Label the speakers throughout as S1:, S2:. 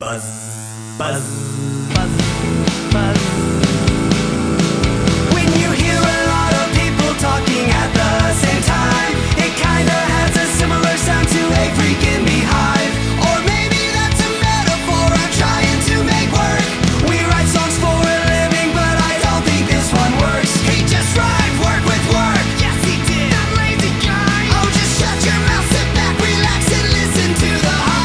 S1: Buzz, buzz, buzz, buzz. When you hear a lot of people talking at the same time, it kinda has a similar sound to a freaking beehive. Or maybe that's a metaphor I'm trying to make work. We write songs for a living, but I don't think this one works. He just rhymed work with work. Yes, he did. That lazy guy. Oh, just shut your mouth, sit back, relax, and listen to the hive.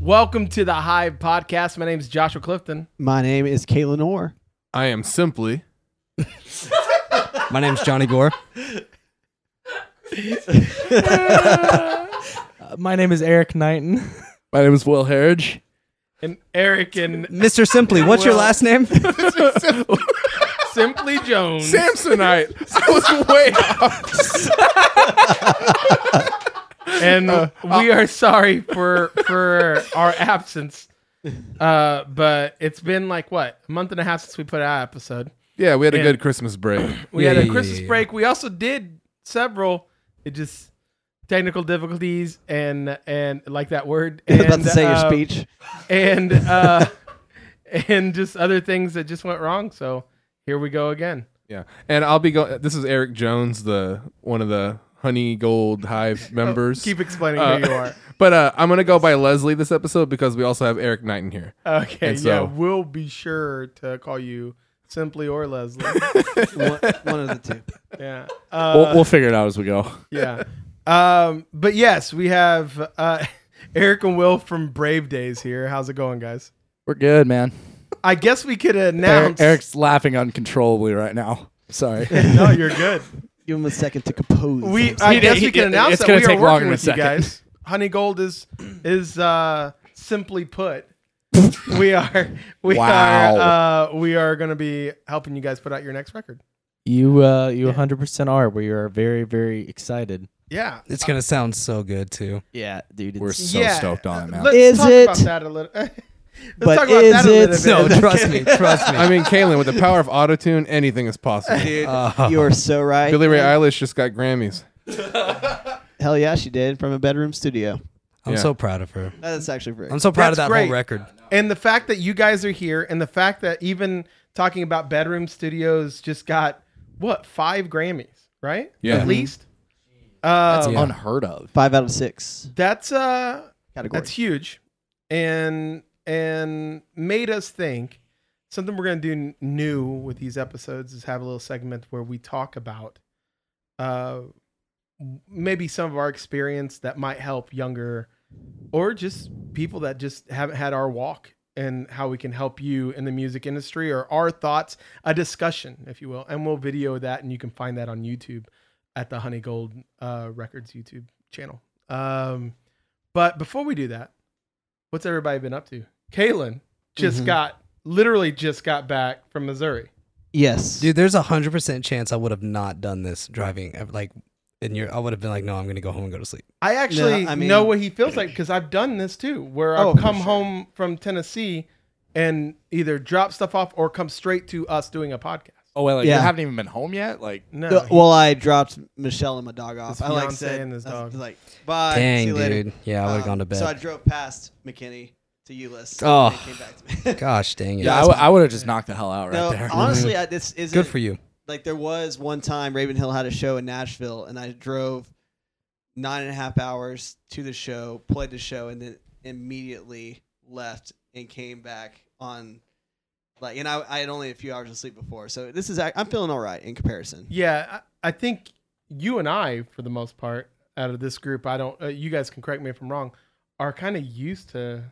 S2: Welcome to the Hive Podcast. My name is Joshua Clifton.
S3: My name is Kalen Orr.
S4: I am simply
S5: My name's Johnny Gore. Uh, my name is Eric Knighton.
S4: my name is Will Herridge.
S2: And Eric and
S5: Mr. Simply, what's your
S2: Well-
S5: last name?
S2: Simply Jones.
S4: Samsonite. I was way off.
S2: and we are sorry for for our absence. Uh, but it's been like what, a month and a half since we put out an episode.
S4: Yeah, we had a
S2: Yeah.
S4: good Christmas break.
S2: We
S5: Yeah,
S2: had a
S5: yeah, yeah,
S2: Christmas
S5: yeah.
S2: break. We also did several it just technical difficulties and and like that word. And,
S3: about to say your
S2: uh,
S3: speech.
S2: And uh and just other things that just went wrong. So here we go again.
S4: Yeah, and I'll be going. This is Eric Jones, the one of the Honey Gold Hive members.
S2: Keep explaining
S4: Uh,
S2: who you are.
S4: But uh, I'm gonna go by Leslie this episode because we also have Eric Knighton here.
S2: Okay,
S4: And
S2: yeah,
S4: so-
S2: we'll be sure to call you simply or Leslie.
S3: one, one of the two.
S2: yeah, uh,
S6: we'll, we'll figure it out as we go.
S2: yeah. Um, but yes, we have uh, Eric and Will from Brave Days here. How's it going, guys?
S6: We're good, man.
S2: I guess we could
S6: Eric,
S2: announce.
S6: Eric's laughing uncontrollably right now. Sorry.
S2: no, you're good.
S3: Give him a second to compose.
S2: We, uh, I
S6: He did-
S2: guess
S6: he
S2: we can
S6: did.
S2: announce
S6: It's
S2: that
S6: gonna
S2: we are
S6: take longer
S2: working
S6: than a
S2: with you
S6: second.
S2: guys. Honey Gold is is uh, simply put. we are we
S6: Wow.
S2: are uh, we are going to be helping you guys put out your next record.
S7: You uh you 100% are. We are very very excited.
S2: Yeah,
S5: it's gonna sound so good too.
S7: Yeah, dude.
S6: We're so stoked on it, man.
S2: Let's
S3: Is
S2: talk about
S3: it?
S2: that a little. Let's
S3: But
S2: talk about
S3: is
S2: that a
S3: it?
S2: little
S5: No,
S2: bit.
S5: trust me, trust me.
S4: I mean, Kaylin, with the power of autotune, anything is possible.
S3: you are so right.
S4: Billy Ray Eilish just got Grammys.
S3: Hell yeah, she did from a bedroom studio.
S5: I'm
S4: Yeah.
S5: so proud of her.
S3: That's actually great.
S5: I'm so proud of
S2: That's
S5: that
S2: great.
S5: whole record.
S2: And the fact that you guys are here, and the fact that even talking about bedroom studios just got what five Grammys, right?
S4: Yeah.
S2: at least. Uh, that's,
S5: Yeah.
S6: Unheard of.
S3: Five out of six
S2: uh,
S3: category.
S2: that's huge, and and made us think. Something we're gonna do n- new with these episodes is have a little segment where we talk about uh, maybe some of our experience that might help younger or just people that just haven't had our walk and how we can help you in the music industry or our thoughts, a discussion, if you will. And we'll video that and you can find that on YouTube at the Honey Gold uh, Records YouTube channel. Um, but before we do that, what's everybody been up to? Kaylin just
S3: Mm-hmm.
S2: got literally just got back from Missouri.
S3: yes.
S5: Dude, there's a hundred percent chance I would have not done this driving. uh, Like, and you're, I would have been like, no, I'm gonna go home and go to sleep.
S2: I actually
S3: No, I mean-
S2: know what he feels like because I've done this too, where
S3: Oh,
S2: I've
S3: for
S2: come
S3: sure.
S2: home from Tennessee and either drop stuff off or come straight to us doing a podcast.
S6: Oh, well, like,
S3: Yeah.
S6: you haven't even been home yet? Like,
S2: No,
S3: Uh, well, I dropped Michelle and my dog off.
S2: His
S3: I like
S2: fiancé
S3: said,
S2: and his
S3: I was
S2: dog.
S3: like, bye.
S5: Dang,
S3: see you later.
S5: dude. Yeah, I would have
S3: Um,
S5: gone to bed.
S3: So I drove past McKinney to Euless.
S5: Oh.
S3: and came back to me.
S5: Gosh, dang it.
S6: yeah, I, w- I would have just knocked the hell out right
S3: no,
S6: there.
S3: honestly, I, this is
S5: good for you.
S3: like there was one time Raven Hill had a show in Nashville, and I drove nine and a half hours to the show, played the show, and then immediately left and came back on like, and I, I had only a few hours of sleep before, so this is ac- I'm feeling all right in comparison.
S2: yeah, I, I think you and I, for the most part, out of this group, I don't. Uh, you guys can correct me if I'm wrong. Are kind of used to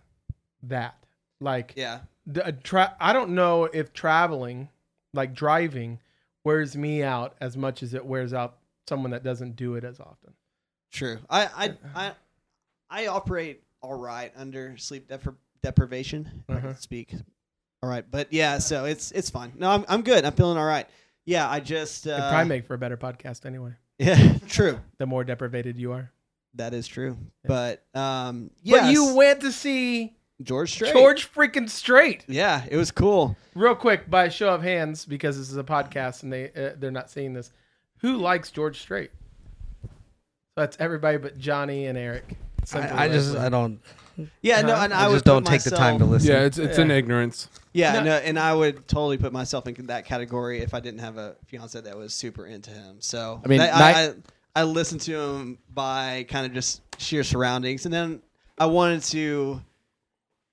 S2: that. Like,
S3: Yeah,
S2: d- uh, tra- I don't know if traveling, like driving, wears me out as much as it wears out someone that doesn't do it as often.
S3: true. I I I, I operate all right under sleep depri- deprivation. if I
S5: Mm-hmm.
S2: Uh-huh.
S3: can speak. All right, but yeah, so it's it's fine. No, I'm I'm good. I'm feeling all right. Yeah, I just
S2: It'd
S3: uh,
S2: probably make for a better podcast anyway.
S3: yeah, true.
S2: The more deprivated you are.
S3: That is true. But um
S2: But
S3: yes,
S2: you went to see
S3: George Strait.
S2: George freaking Strait.
S3: Yeah, it was cool.
S2: Real quick, by a show of hands, because this is a podcast and they uh, they're not seeing this. Who likes George Strait? That's everybody but Johnny and Eric. Simply
S5: I, I just, uh,
S2: Leslie.
S5: I don't,
S3: Yeah, no,
S2: Huh?
S3: and I,
S5: Uh-huh. I,
S3: would
S5: just don't
S3: put
S5: take the time to
S3: myself-
S5: listen.
S4: Yeah, it's it's an ignorance.
S3: Yeah,
S2: No.
S3: no. and I would totally put myself in that category if I didn't have a fiance that was super into him. So
S6: I mean,
S3: that-
S6: night-
S3: I, I, I listened to him by kind of just sheer surroundings, and then I wanted to,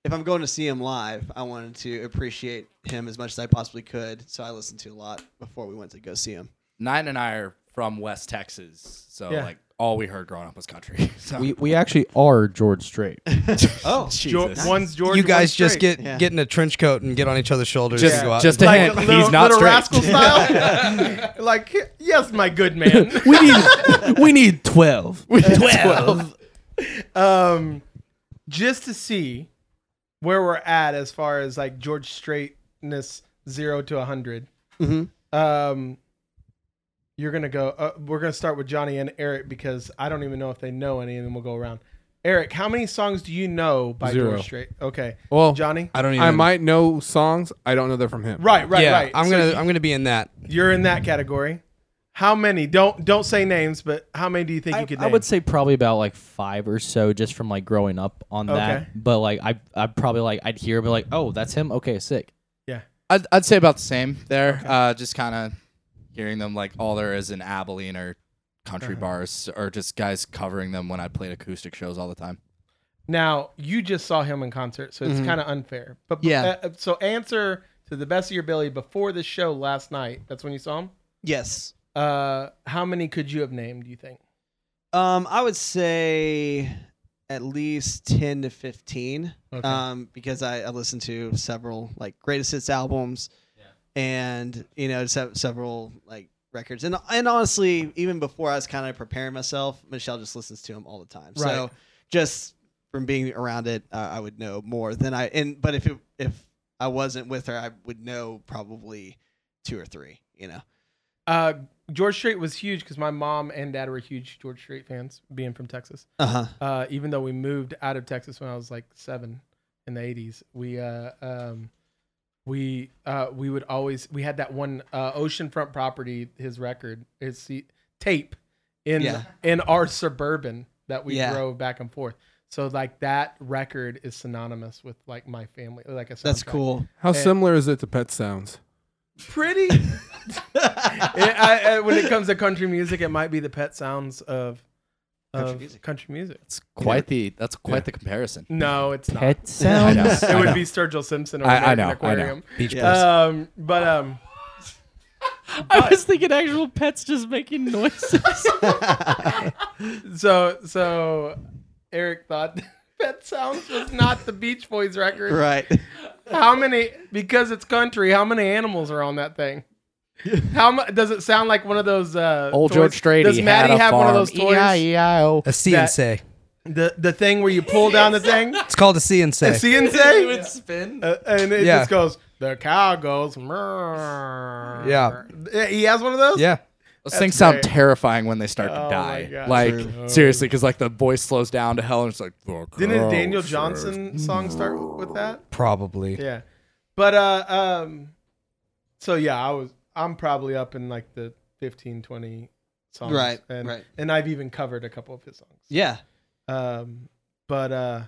S3: if I'm going to see him live, I wanted to appreciate him as much as I possibly could. So I listened to a lot before we went to go see him.
S8: Nine and I are from West Texas, so
S2: Yeah.
S8: like all we heard growing up was country. So.
S7: We, we actually are George Strait.
S3: Oh,
S2: Geor-
S8: Jesus.
S2: one's George.
S5: you guys
S2: one's
S5: just
S2: straight.
S5: get
S3: Yeah.
S5: get in a trench coat and get on each other's shoulders.
S6: Just-
S5: and go out
S6: just
S5: and-
S6: a
S2: like
S6: hint.
S2: a little,
S6: He's not
S2: little
S6: straight.
S2: rascal style. like yes, my good man.
S7: we need we need twelve.
S8: Twelve.
S2: um, just to see where we're at as far as like George Straightness zero to a 100
S3: Mhm.
S2: Um, you're gonna go. Uh, we're gonna start with Johnny and Eric because I don't even know if they know any, and then we'll go around. Eric, how many songs do you know by
S4: Zero. Oh.
S2: George Strait? Okay,
S4: Well,
S2: Johnny.
S6: I don't even.
S4: I might know songs. I don't know they're from him.
S2: Right, right,
S5: yeah,
S2: right.
S5: I'm
S2: So
S5: gonna I'm gonna be in that.
S2: You're in that category. How many? Don't don't say names, but how many do you think
S7: I,
S2: you could
S7: I
S2: name?
S7: would say probably about like five or so, just from like growing up on
S2: Okay.
S7: that. But like I I probably like I'd hear, but like oh that's him. Okay, sick.
S8: I'd, I'd say about the same there. Uh, just kind of hearing them like all there is in Abilene or country
S2: Uh-huh.
S8: bars or just guys covering them when I played acoustic shows all the time.
S2: Now you just saw him in concert, so it's kind of unfair. But
S8: Yeah.
S2: uh, so answer to the best of your ability before the show last night. That's when you saw him.
S3: yes.
S2: Uh, how many could you have named? Do you think?
S3: Um, I would say at least ten to fifteen.
S2: Okay.
S3: Um, because I, I listened to several like greatest hits albums, and you know se- several like records, and and honestly, even before I was kind of preparing myself, Michelle just listens to them all the time.
S2: Right.
S3: So just from being around it, uh, I would know more than I. And but if it, if I wasn't with her, I would know probably two or three. You know.
S2: Uh, George Strait was huge because my mom and dad were huge George Strait fans, being from Texas.
S3: Uh huh.
S2: Uh, even though we moved out of Texas when I was like seven in the eighties, we uh, um, we uh, we would always we had that one uh, oceanfront property, his record, his se- tape in
S3: Yeah.
S2: in our suburban that we
S3: Yeah.
S2: drove back and forth. So like that record is synonymous with like my family, like a
S3: That's
S2: soundtrack.
S3: cool.
S4: How similar is it to Pet Sounds?
S2: pretty. It- I- I- when it comes to country music, it might be the pet sounds of country, of music.
S3: music.
S2: country music.
S8: It's quite the that's quite the comparison.
S2: No, it's not.
S7: Pet
S6: I know.
S7: sounds.
S2: it
S6: I
S2: would
S6: know.
S2: be Sturgill Simpson or
S6: I- I
S2: American
S6: know, I know.
S2: Aquarium.
S5: Beach Boys.
S2: Um, but um,
S7: I was thinking actual pets just making noises.
S2: so so Eric thought pet sounds was not the Beach Boys record.
S3: Right.
S2: How many? Because it's country. How many animals are on that thing? How mu Does it sound like one of those uh,
S6: Old
S2: toys-
S6: George Strait.
S2: Does
S6: he
S2: Maddie
S6: had a
S2: have
S6: farm.
S2: one of those toys?
S6: E-I-E-I-O.
S5: a C and
S2: that-
S5: say.
S2: The the thing where you pull down the thing.
S5: It's called a C and say.
S2: See and say?
S7: spin.
S2: Uh, and it
S5: Yeah.
S2: just goes. The cow goes. "Meow."
S5: Yeah.
S2: Uh, He has one of those.
S5: yeah.
S8: Those things sound
S2: great.
S8: terrifying when they start
S2: Oh my
S8: to die.
S2: God.
S8: Like
S2: True.
S8: seriously, because like the voice slows down to hell and it's like.
S2: Didn't
S6: Oh,
S2: a Daniel Johnson song start w- with that?
S5: Probably.
S2: Yeah. But uh um, so yeah, I was I'm probably up in like the 15, 20 songs.
S3: Right,
S2: And,
S3: right.
S2: And I've even covered a couple of his songs.
S3: Yeah.
S2: Um, but uh,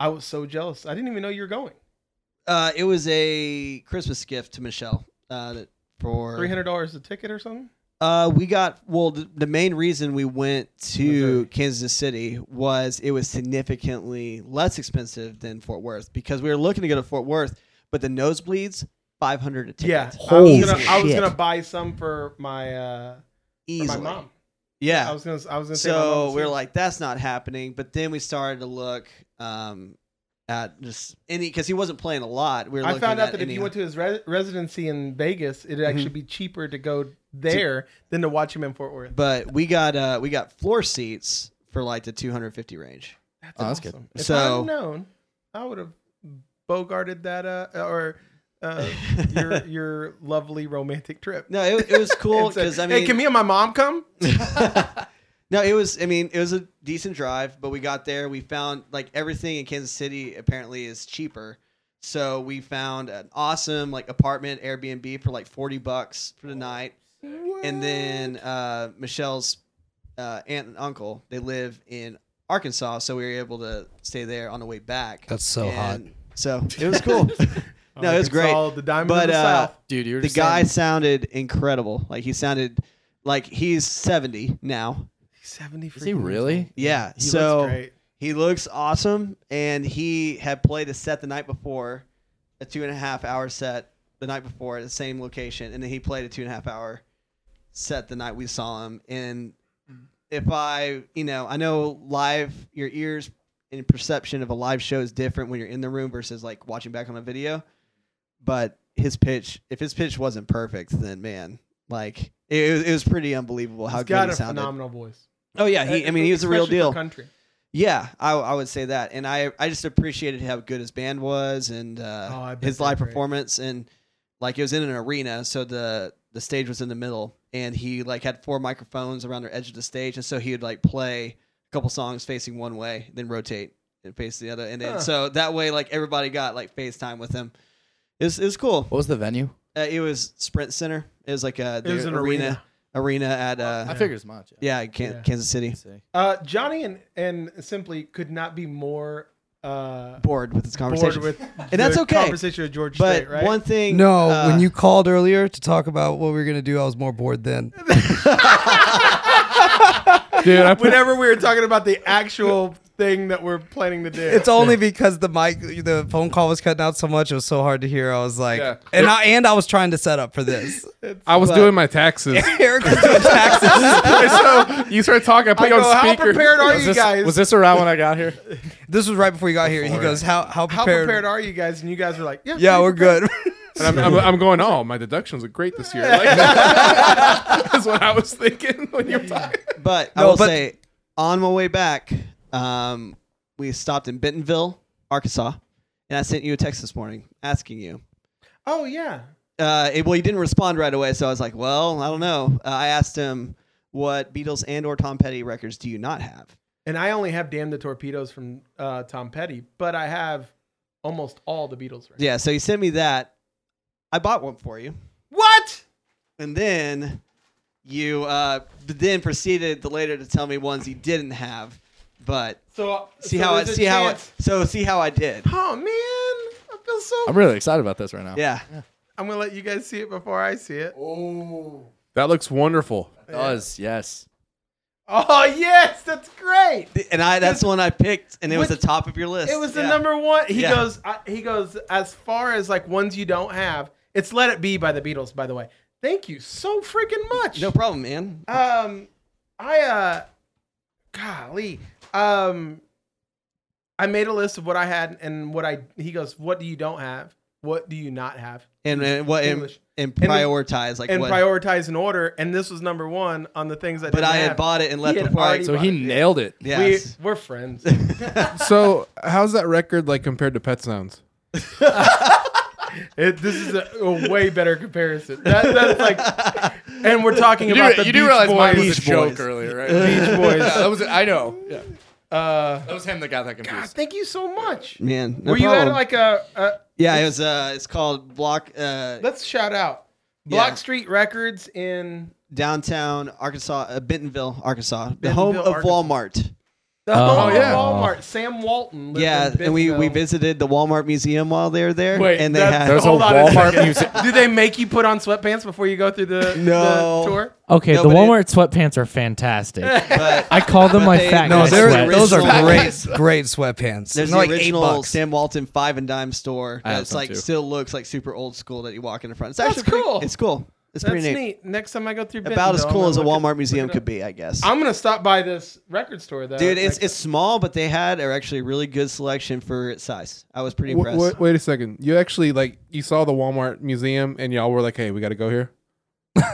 S2: I was so jealous. I didn't even know you were going.
S3: Uh, it was a Christmas gift to Michelle. Uh, that- for
S2: Three hundred dollars a ticket or something.
S3: Uh, we got well. The, the main reason we went to
S2: Missouri.
S3: Kansas City was it was significantly less expensive than Fort Worth because we were looking to go to Fort Worth, but the nosebleeds five hundred a ticket.
S2: Yeah. I
S6: Holy
S2: was gonna, I was
S6: shit.
S2: gonna buy some for my uh for my
S3: easily.
S2: mom. I
S3: Yeah.
S2: was gonna. I was gonna. say my mom
S3: So
S2: was
S3: we were
S2: here.
S3: like, that's not happening. But then we started to look um, at just any because he wasn't playing a lot. We were
S2: I
S3: looking
S2: found
S3: at Mm-hmm.
S2: out that if
S3: any-
S2: you went to his re- residency in Vegas, it'd actually be cheaper to go there than to watch him in Fort Worth.
S3: but we got uh, we got floor seats for like the two hundred fifty range.
S2: That's,
S8: Oh, that's good.
S2: awesome. If
S3: So-
S2: I'd known, I would have bogarted that uh, or uh, your your lovely romantic trip.
S3: No, it, it was cool
S2: And said,
S3: because I mean,
S2: hey, can me and my mom come?
S3: no, it was. I mean, it was a decent drive, but we got there. We found like everything in Kansas City apparently is cheaper, so we found an awesome like apartment Airbnb for like forty bucks for the night, and then uh, Michelle's uh, aunt and uncle they live in Arkansas, so we were able to stay there on the way back.
S5: That's so hot.
S3: And So it was cool. no, it was great.
S2: Arkansas, the diamond of
S3: but
S2: the
S3: uh,
S2: South.
S8: Dude, you were
S3: the
S8: just
S3: guy
S8: saying-
S3: sounded incredible. Like he sounded like he's seventy now.
S2: Seventy.
S8: Is he really?
S3: Yeah.
S2: He
S3: so
S2: looks great.
S3: he looks awesome, and he had played a set the night before, a two and a half hour set the night before at the same location, and then he played a two and a half hour set the night we saw him. And if I, you know, I know live your ears and perception of a live show is different when you're in the room versus like watching back on a video, but his pitch, if his pitch wasn't perfect, then man, like it, was- it was pretty unbelievable how
S2: He's
S3: good
S2: got
S3: he
S2: a
S3: sounded.
S2: phenomenal voice.
S3: Oh yeah, he, I mean he was the real
S2: Especially for
S3: deal.
S2: Country.
S3: Yeah, I, I would say that, and I I just appreciated how good his band was and uh,
S2: Oh, I bet
S3: his
S2: they're
S3: live
S2: great.
S3: performance, and like it was in an arena, so the the stage was in the middle, and he like had four microphones around the edge of the stage, and so he would like play a couple songs facing one way, then rotate and face the other, and then
S2: Huh.
S3: so that way like everybody got like FaceTime with him. It was, it was cool.
S8: What was the venue?
S3: Uh, it was Sprint Center. It was like a
S2: It was an arena.
S3: arena arena at
S8: I
S3: uh,
S8: figured as much.
S3: yeah, Kan-
S2: Yeah.
S3: Kansas City.
S2: Uh, Johnny and and simply could not be more uh,
S3: Bored with this
S2: bored
S3: conversation.
S2: with,
S3: And that's
S2: the
S3: okay.
S2: Conversation with George
S3: But
S2: Strait, right?
S3: one thing,
S5: No,
S3: uh,
S5: when you called earlier to talk about what we were gonna do, I was more bored then.
S4: Dude, I put,
S2: Whenever we were talking about the actual thing that we're planning to do,
S5: It's only because the mic, the phone call was cutting out so much, it was so hard to hear. I was like,
S4: Yeah.
S5: and I and I was trying to set up for this.
S4: I was doing my taxes.
S5: Eric was doing taxes.
S4: so you start talking. I put
S2: I
S4: you
S2: go,
S4: on
S2: how
S4: speaker.
S2: prepared are
S4: Was
S2: you
S4: this-
S2: guys?
S4: Was this around when I got here?
S5: This was right before you got here. He goes, "How how
S2: how
S5: prepared?
S2: prepared, are you guys? And you guys were like, yeah,
S5: yeah,
S2: pretty
S5: we're good."
S4: And I'm, I'm, I'm going. Oh, my deductions are great this year. Like, that's what I was thinking when you were talking.
S3: but I
S5: No,
S3: will
S5: but-
S3: say, on my way back, um, we stopped in Bentonville, Arkansas, and I sent you a text this morning asking you.
S2: Oh yeah.
S3: Uh, it- well, you didn't respond right away, so I was like, well, I don't know. Uh, I asked him what Beatles and or Tom Petty records do you not have?
S2: And I only have "Damn the Torpedoes" from uh, Tom Petty, but I have almost all the Beatles. Records.
S3: Yeah, so you sent me that. I bought one for you,
S2: What?
S3: and then you uh, then proceeded to later to tell me ones you didn't have. But
S2: So
S3: see
S2: so
S3: how I
S2: there's a
S3: see how I,
S2: chance-
S3: so see how I did.
S2: Oh man, I feel so.
S8: I'm really excited about this right now.
S3: Yeah.
S2: I'm gonna let you guys see it before I see it.
S3: Oh.
S4: That looks wonderful.
S8: It does, yes.
S2: Oh yes, that's great.
S3: and I that's the one I picked, and it was the
S2: Which-
S3: top of your list.
S2: It was the
S3: Yeah.
S2: number one. He
S3: Yeah.
S2: goes. I, he goes as far as like ones you don't have. It's "Let It Be" by the Beatles. By the way, thank you so freaking much.
S3: No problem, man.
S2: Um, I uh, golly, um, I made a list of what I had and what I. He goes, "What do you don't have? What do you not have?"
S3: And, uh, and what and,
S2: English.
S3: and
S2: And-
S3: prioritize like
S2: And
S3: what?
S2: prioritize in order. And this was number one on the things I.
S3: but
S2: didn't
S3: I had
S2: have.
S3: bought it and left
S2: had
S3: before I.
S2: already
S8: So he
S2: bought it.
S8: nailed it.
S3: yes.
S2: We, we're friends.
S4: So how's that record like compared to Pet Sounds?
S2: It, this is a, a way better comparison. That, that's like, and we're talking about the Beach Boys.
S8: earlier, right?
S2: Beach Boys.
S8: Yeah, that was I know. Yeah.
S2: Uh,
S8: That was him that got that confused.
S2: thank you so much.
S3: Man, no
S2: Were you
S3: problem.
S2: at like a? Uh,
S3: yeah, it was. Uh, it's called Block uh,
S2: let's shout out Block
S3: Yeah.
S2: Street Records in
S3: downtown Arkansas, uh, Bentonville, Arkansas, the home of
S2: Bentonville, Arkansas.
S3: Walmart.
S2: the home
S4: yeah.
S2: of Walmart. Sam Walton. lived
S3: Oh, Yeah,
S2: in
S3: and we, we
S2: Bentonville.
S3: visited the Walmart Museum while they were there,
S2: Wait,
S3: and they
S2: that's-
S3: had
S8: There's a
S2: Hold on a
S8: Walmart
S2: second.
S8: music.
S2: Do they make you put on sweatpants before you go through the,
S3: No.
S2: the tour?
S7: Okay,
S3: No,
S7: the
S3: but it-
S7: Walmart sweatpants are fantastic.
S3: but
S7: I call them
S3: But
S7: my
S3: they-
S7: fat
S5: no,
S7: guy
S5: they're-
S7: sweats.
S5: those are
S3: Sweatpants.
S5: great, great sweatpants.
S3: There's
S5: They're
S3: the
S5: like eight
S3: original
S5: bucks.
S3: Sam Walton five and dime store
S8: I have
S3: that's
S8: some
S3: like
S8: too.
S3: still looks like super old school that you walk in the front. It's
S2: That's
S3: actually pretty-
S2: cool.
S3: It's cool. It's
S2: That's
S3: pretty neat.
S2: neat. Next time I go through
S3: About as
S2: Bentonville,
S3: cool
S2: I'm
S3: as a
S2: gonna look
S3: Walmart
S2: at-
S3: museum
S2: look it
S3: could
S2: up.
S3: be, I guess.
S2: I'm gonna stop by this record store though.
S3: Dude, it's
S2: next-
S3: it's small, but they had a actually really good selection for its size. I was pretty
S4: W-
S3: impressed.
S4: w- wait a second. You actually like you saw the Walmart museum and y'all were like, "Hey, we got to go here."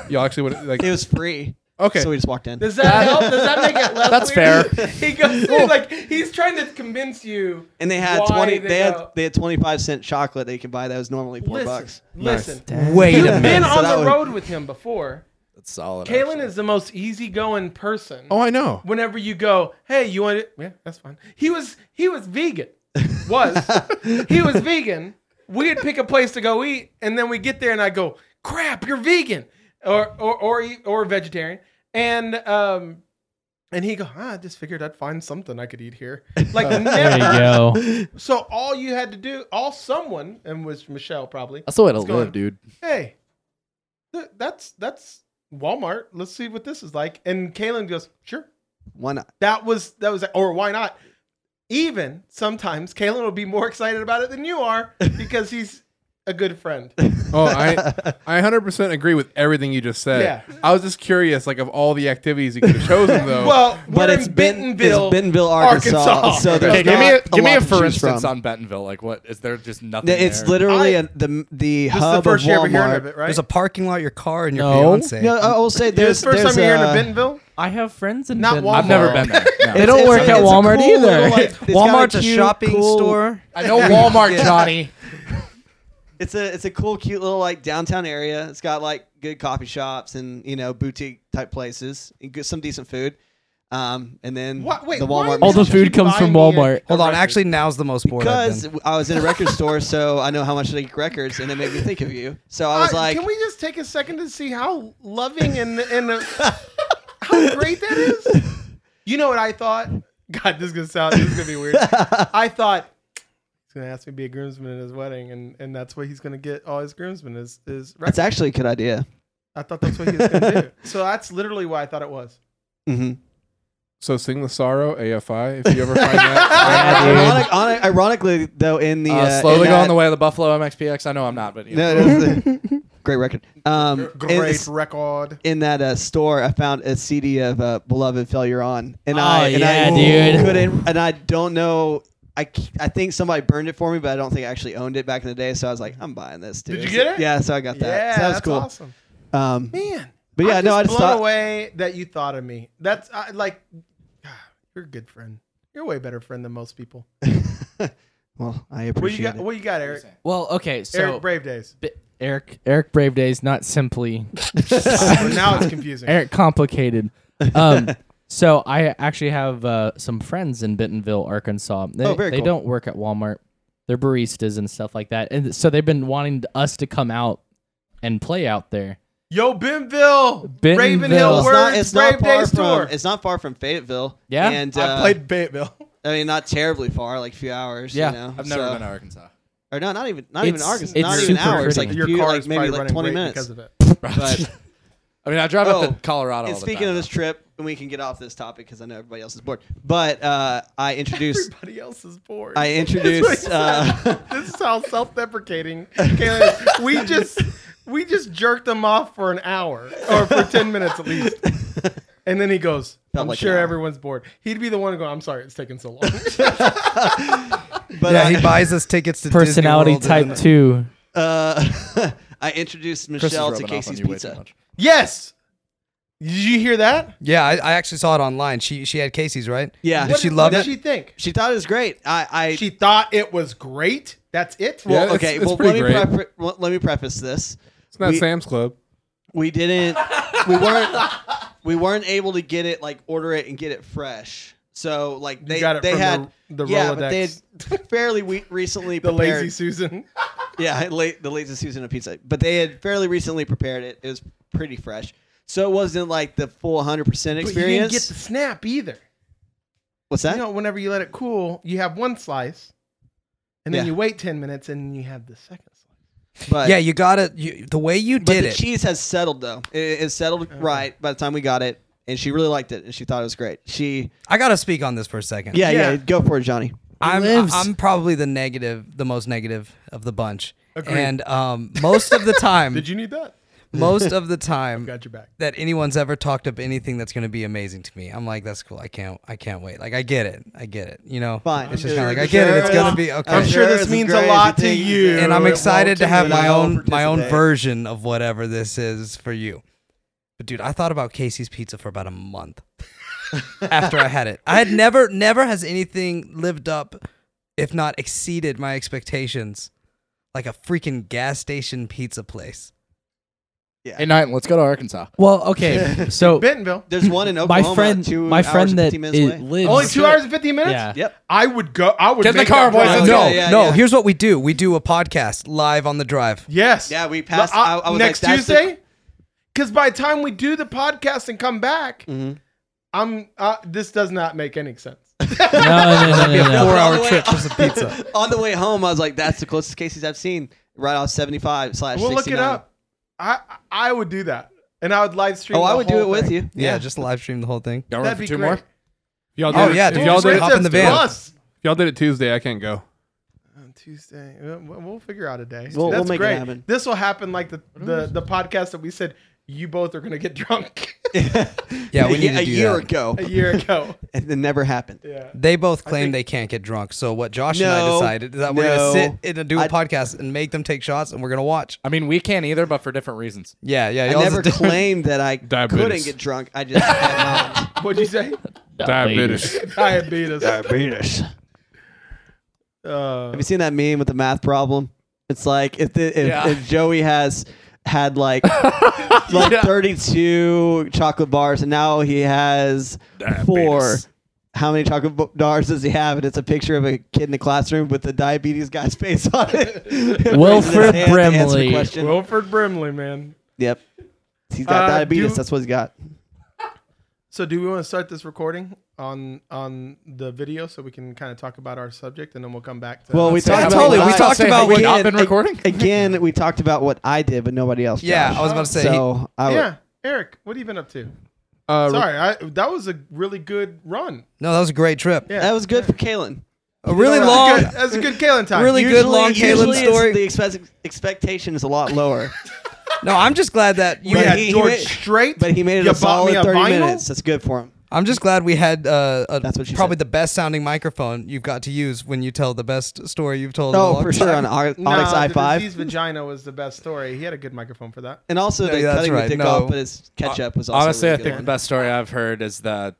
S4: Y'all actually would like.
S3: It was free,
S4: Okay.
S3: so we just walked in.
S2: Does that help? Does that make it less?
S8: That's
S2: weird? he goes he's like he's trying to convince you.
S3: and they had
S2: why
S3: twenty.
S2: they
S3: They had
S2: go-
S3: they had twenty five cent chocolate they could buy that was normally four
S2: Listen,
S3: bucks.
S2: listen.
S5: Wait
S2: You've
S5: a minute.
S2: been
S3: So
S2: on
S3: that
S2: the
S3: would-
S2: road with him before.
S8: That's solid.
S2: Kalen
S8: actually.
S2: is the most easygoing person.
S4: oh, I know.
S2: Whenever you go, hey, you want it? Yeah, that's fine. He was he was vegan. Was he was vegan. We'd pick a place to go eat, and then we get there, and I go, "Crap, you're vegan," or or or, eat- or vegetarian, and um, And he go, ah, I just figured I'd find something I could eat here. Like never.
S7: go.
S2: So all you had to do, all someone, and was Michelle probably.
S8: That's the way to
S2: It's
S8: live,
S2: going-
S8: dude.
S2: Hey, th- that's that's Walmart. Let's see what this is like. And Kaylin goes, sure.
S3: Why not?
S2: That was that was or why not? Even sometimes Kalen will be more excited about it than you are because he's a good friend.
S4: Oh, I I 100% agree with everything you just said.
S2: Yeah.
S4: I was just curious, like of all the activities you could have chosen, though.
S2: Well,
S3: But
S2: we're
S3: it's
S2: in
S3: Benton,
S2: Bentonville,
S3: it's Bentonville, Arkansas.
S2: Arkansas.
S3: So there's
S6: Okay, give me a,
S3: not
S6: give me
S3: lot
S6: a
S3: to
S6: for
S3: choose
S6: instance
S3: from.
S6: on Bentonville. Like, what is there? Just nothing.
S3: It's
S6: there?
S3: literally
S2: I-
S3: a, the the
S2: This is the
S3: hub
S2: first
S3: of
S2: year ever hearing of
S3: Walmart.
S2: it, right?
S5: There's a parking lot, your car, and your
S7: No.
S5: fiance.
S3: No, I will say
S2: This
S3: there's
S2: is the first
S3: there's
S2: time you're hearing
S3: a-
S2: of Bentonville.
S7: I have friends in
S2: Not
S7: Benton.
S2: Walmart.
S6: I've never been there. No.
S7: They don't
S3: It's-
S7: work
S3: it's-
S7: at
S3: it's a
S7: Walmart
S3: cool
S7: either.
S3: little, like, it's got
S5: Walmart's a
S3: cute,
S5: shopping
S3: cool-
S5: store.
S6: I know Walmart, Johnny.
S3: It's a it's a cool, cute little like downtown area. It's got like good coffee shops and you know boutique type places and good, some decent food. Um, and then
S2: What? Wait,
S3: the
S2: why
S3: Walmart
S2: did
S7: All the
S2: you
S7: food comes
S2: buy
S7: from
S2: me a-
S7: Walmart.
S5: Hold on,
S2: record?
S5: actually, now's the most bored. I've
S3: because
S5: been.
S3: I was in a record store, so I know how much they get records, and it made me think of you. So I was
S2: Uh,
S3: like,
S2: can we just take a second to see how loving and and uh, how great that is? You know what I thought? God, this is gonna sound this is gonna be weird. I thought he's gonna ask me to be a groomsman at his wedding, and and that's what he's gonna get all his groomsmen is is
S3: "That's
S2: records.
S3: actually a good idea."
S2: I thought that's what he was gonna do. So that's literally why I thought it was.
S3: hmm
S4: so sing the sorrow AFI if you ever find that.
S3: Ironic, ironic- ironically, though, in the
S6: Uh,
S3: uh,
S6: slowly
S3: in
S6: going
S3: that-
S6: the way of the Buffalo MXPX. I know I'm not, but you know.
S3: No, no, it's a- great record. Um, in-
S2: Great record.
S3: in that uh, store, I found a CD of uh, "Beloved Failure On," and
S7: Oh,
S3: I and
S7: yeah,
S3: I
S7: dude.
S3: couldn't, and I don't know. I, c- I think somebody burned it for me, but I don't think I actually owned it back in the day. So I was like, I'm buying this. Dude.
S2: Did you get it?
S3: Yeah, so I got that.
S2: yeah,
S3: so that was
S2: that's
S3: cool.
S2: awesome,
S3: Um,
S2: man.
S3: but yeah,
S2: I'm
S3: no,
S2: just
S3: I just
S2: blown
S3: thought
S2: away that you thought of me. That's I, like, you're a good friend. You're a way better friend than most people.
S3: Well, I
S2: What you
S3: appreciate
S2: got? What you got, Eric?
S7: Well, okay, so
S2: Eric Brave Days.
S7: Bi- Eric Eric Brave Days, not simply
S2: now it's confusing.
S7: Eric Complicated. Um, so I actually have uh, some friends in Bentonville, Arkansas. They,
S3: Oh, very
S7: they
S3: cool.
S7: don't work at Walmart. They're baristas and stuff like that, and so they've been wanting us to come out and play out there.
S2: Yo, Bentonville,
S7: Bentonville.
S2: Ravenhill,
S3: It's
S2: Words,
S3: not, it's
S2: Brave
S3: not far
S2: Days
S3: from
S2: tour.
S3: it's not far from Fayetteville.
S7: Yeah?
S3: and
S2: I
S3: uh,
S2: played Fayetteville.
S3: I mean, not terribly far, like a few hours.
S7: Yeah,
S3: you know?
S6: I've never
S3: so,
S6: been to Arkansas.
S3: Or no, not even not even
S7: It's-
S3: Arkansas.
S7: it's
S3: not even
S7: super
S3: hours.
S7: pretty.
S3: Like
S2: Your
S3: few-
S2: car
S3: like
S2: is
S3: maybe
S2: probably
S3: like
S2: running
S3: 20
S2: great
S3: minutes.
S2: because of it.
S3: But
S6: I mean, I drive up
S3: Oh.
S6: to Colorado.
S3: and
S6: all the
S3: speaking
S6: time,
S3: of
S6: though.
S3: this trip, and we can get off this topic because I know everybody else is bored. But uh, I introduced,
S2: Everybody else is bored.
S3: I
S2: That's
S3: introduced.
S2: what he
S3: Uh,
S2: said. this is how self-deprecating. Kayla, we just we just jerked him off for an hour or for ten minutes at least, and then he goes.
S3: Felt
S2: I'm
S3: like an
S2: sure
S3: hour."
S2: everyone's bored. He'd be the one going. I'm sorry, it's taking so long.
S3: but
S5: yeah,
S3: I,
S5: he buys us tickets to
S7: Personality
S5: Disney World and
S7: type
S5: then-
S7: two.
S3: uh, I introduced
S6: Chris is
S3: Michelle to
S6: rubbing off on
S3: Casey's
S6: you way too
S3: Pizza.
S6: much.
S2: yes. Did you hear that?
S5: Yeah, I, I actually saw it online. She she had Casey's right.
S3: Yeah,
S5: Did
S2: What
S5: she
S2: did-
S5: love
S2: what
S5: it?
S2: Did she think?
S3: she thought it was great. I, I
S2: She thought it was great. That's it.
S4: Yeah,
S3: well,
S4: it's-
S3: okay.
S4: it's
S3: well, let
S4: pretty
S3: me
S4: great.
S3: prepar- well, let me preface this.
S4: It's not
S3: we-
S4: Sam's Club.
S3: We didn't. we weren't. We weren't able to get it like order it and get it fresh. So like they
S2: got it
S3: they
S2: from
S3: had
S2: the- the
S3: yeah, but they
S2: Rolodex.
S3: had fairly we- recently
S2: the
S3: prepared.
S2: lazy Susan.
S3: Yeah, late, the latest season of pizza. But they had fairly recently prepared it. It was pretty fresh. So it wasn't like the full 100% experience.
S2: But you didn't get the snap either.
S3: What's that?
S2: You know, whenever you let it cool, you have one slice, and then
S3: Yeah.
S2: you wait ten minutes, and you have the second slice.
S3: but
S5: yeah, you got it. You, the way you
S3: but
S5: did
S3: the
S5: it.
S3: cheese has settled though. It, it settled right by the time we got it and she really liked it and she thought it was great. She
S5: I gotta speak on this for a second.
S3: Yeah, yeah,
S2: Yeah.
S3: go for it, Johnny.
S5: I'm,
S7: lives.
S5: I'm probably the negative, the most negative of the bunch. And um, most of the time,
S2: Did you need that?
S5: most of the time,
S2: Got your back.
S5: that anyone's ever talked up anything that's going to be amazing to me. I'm like, that's cool. I can't, I can't wait. Like, I get it. I get it. You know,
S3: Fine.
S5: It's
S3: I'm
S5: just kind
S3: sure-
S5: of like I get it. It's
S3: sure-
S5: going to be okay.
S2: I'm sure
S3: Sure,
S2: this
S3: it's
S2: means
S3: great
S2: a
S3: if
S2: lot
S3: you
S2: to
S3: think-
S2: you,
S5: and
S2: It
S5: I'm
S2: won't
S5: excited to
S2: take
S5: have
S2: you
S5: my
S2: long.
S5: own, my own
S3: participate.
S5: version of whatever this is for you. But dude, I thought about Casey's Pizza for about a month after I had it. I had never, never has anything lived up, if not exceeded my expectations, like a freaking gas station pizza place.
S6: Hey, Knighton, let's go to Arkansas.
S7: Well, okay, so
S2: Bentonville.
S3: There's one in Oklahoma.
S7: my friend,
S3: two
S7: my
S3: hours
S7: friend
S3: and
S7: that
S3: 15 minutes
S7: is,
S3: away.
S7: lives
S2: Only two hours and fifteen minutes.
S7: Yeah.
S3: Yep.
S2: I would go. I would
S6: Get in the
S2: make
S6: car,
S2: that
S6: boys,
S2: drive.
S6: let's
S5: no,
S6: go.
S3: Oh, yeah,
S5: no.
S3: yeah.
S5: Here's what we do: we do a podcast live on the drive.
S2: Yes.
S3: Yeah, we passed-
S2: No,
S3: I- I was
S2: next
S3: like, that's the-
S2: Mm-hmm. Tuesday. Because by the time we do the podcast and come back, I'm. Uh, this does not make any sense.
S7: No, no, no, no, no.
S5: Four
S3: On the
S5: hour
S3: way-
S5: trip for some pizza.
S3: On the way home, I was like, "That's the closest cases I've seen." Right off seventy five slash.
S2: We'll look it
S3: 69.
S2: up. I I would do that, and I would live stream.
S3: Oh, I
S2: the
S3: would do
S2: whole
S3: it with
S2: thing.
S3: you.
S5: Yeah, just live stream the whole thing.
S8: Y'all
S2: That'd
S8: ready
S2: be
S8: for two
S2: great.
S8: more?
S4: Y'all did
S5: Oh,
S4: it-
S5: yeah,
S4: if
S5: dude,
S4: y'all
S5: just
S4: did, it-
S5: hop in the
S2: That's
S5: van.
S2: Plus,
S4: if y'all did it Tuesday, I can't go.
S2: on Tuesday. We'll, we'll figure out a day.
S3: We'll-
S2: That's
S3: we'll make it
S2: great.
S3: happen.
S2: This will happen like the, the the podcast that we said you both are gonna get drunk
S5: Yeah, we need
S3: a
S5: to do
S3: year
S5: that.
S3: ago,
S2: a year ago.
S3: and it never happened.
S2: Yeah.
S5: They both claim
S2: think-
S5: they can't get drunk. So what Josh and I
S3: No,
S5: decided is that we're gonna sit
S3: no.
S5: in and do a
S3: I-
S5: podcast and make them take shots and we're gonna watch.
S6: I mean, we can't either, but for different reasons.
S5: Yeah, yeah.
S3: I
S5: y'all's
S3: never
S5: are different.
S3: claimed that I
S4: Diabetes.
S3: couldn't get drunk. I just had
S2: What'd you say?
S4: Diabetes.
S2: Diabetes.
S3: diabetes.
S2: Uh,
S3: Have you seen that meme with the math problem? It's like if the, if, if Joey has had like like 32 chocolate bars and now he has four. How many chocolate bo- bars does he have? And it's a picture of a kid in the classroom with the diabetes guy's face on it. Raising his
S7: Wilford
S3: hand to answer the
S7: Brimley.
S3: question.
S2: Wilford Brimley, man.
S3: yep. He's got
S2: Uh,
S3: diabetes.
S2: do-
S3: That's what he's got.
S5: Uh,
S2: So, do we want to start this recording on on the video so we can kind of talk about our subject, and then we'll come back to
S3: Well, we
S5: Yeah,
S3: talked about
S5: totally.
S3: what
S5: We
S3: I-
S5: talked about
S3: again,
S5: what.
S6: not been
S3: a-
S6: recording?
S3: Again, we talked about what I did, but nobody else.
S5: Yeah,
S3: Josh.
S5: I was about to say. he-
S3: so I would,
S2: yeah, Eric, what have you been up to?
S4: Uh, re-
S2: Sorry, I, that was a really good run.
S5: no, that was a great trip.
S2: Yeah,
S3: that was good for Kalen.
S5: A really long.
S2: That was a good Kalen time.
S5: Really good long
S3: usually
S5: Kalen
S3: it's-
S5: story.
S3: The expect- expectation is a lot lower,
S5: No, I'm just glad that you
S2: You
S3: But
S5: had
S2: had
S3: he- he
S2: George
S3: made-
S2: Strait,
S3: but he made it
S2: You
S3: a
S2: bought me
S3: solid
S2: a
S3: thirty
S2: vinyl?
S3: minutes. That's good for him.
S5: I'm just glad we had uh, a,
S3: That's what she
S5: probably
S3: said.
S5: the best sounding microphone you've got to use when you tell the best story you've told. in a
S3: Oh,
S5: long
S3: for sure on
S5: time.
S3: Ar-
S2: No,
S3: Onyx i
S2: the disease
S3: five,
S2: vagina was the best story. He had a good microphone for that.
S3: and also
S5: No,
S3: the
S5: yeah, that's
S3: cutting
S5: right.
S3: the dick
S5: No.
S3: off, but his ketchup was also
S6: Honestly,
S3: really
S6: I
S3: good
S6: think the
S3: one.
S6: best story I've heard is the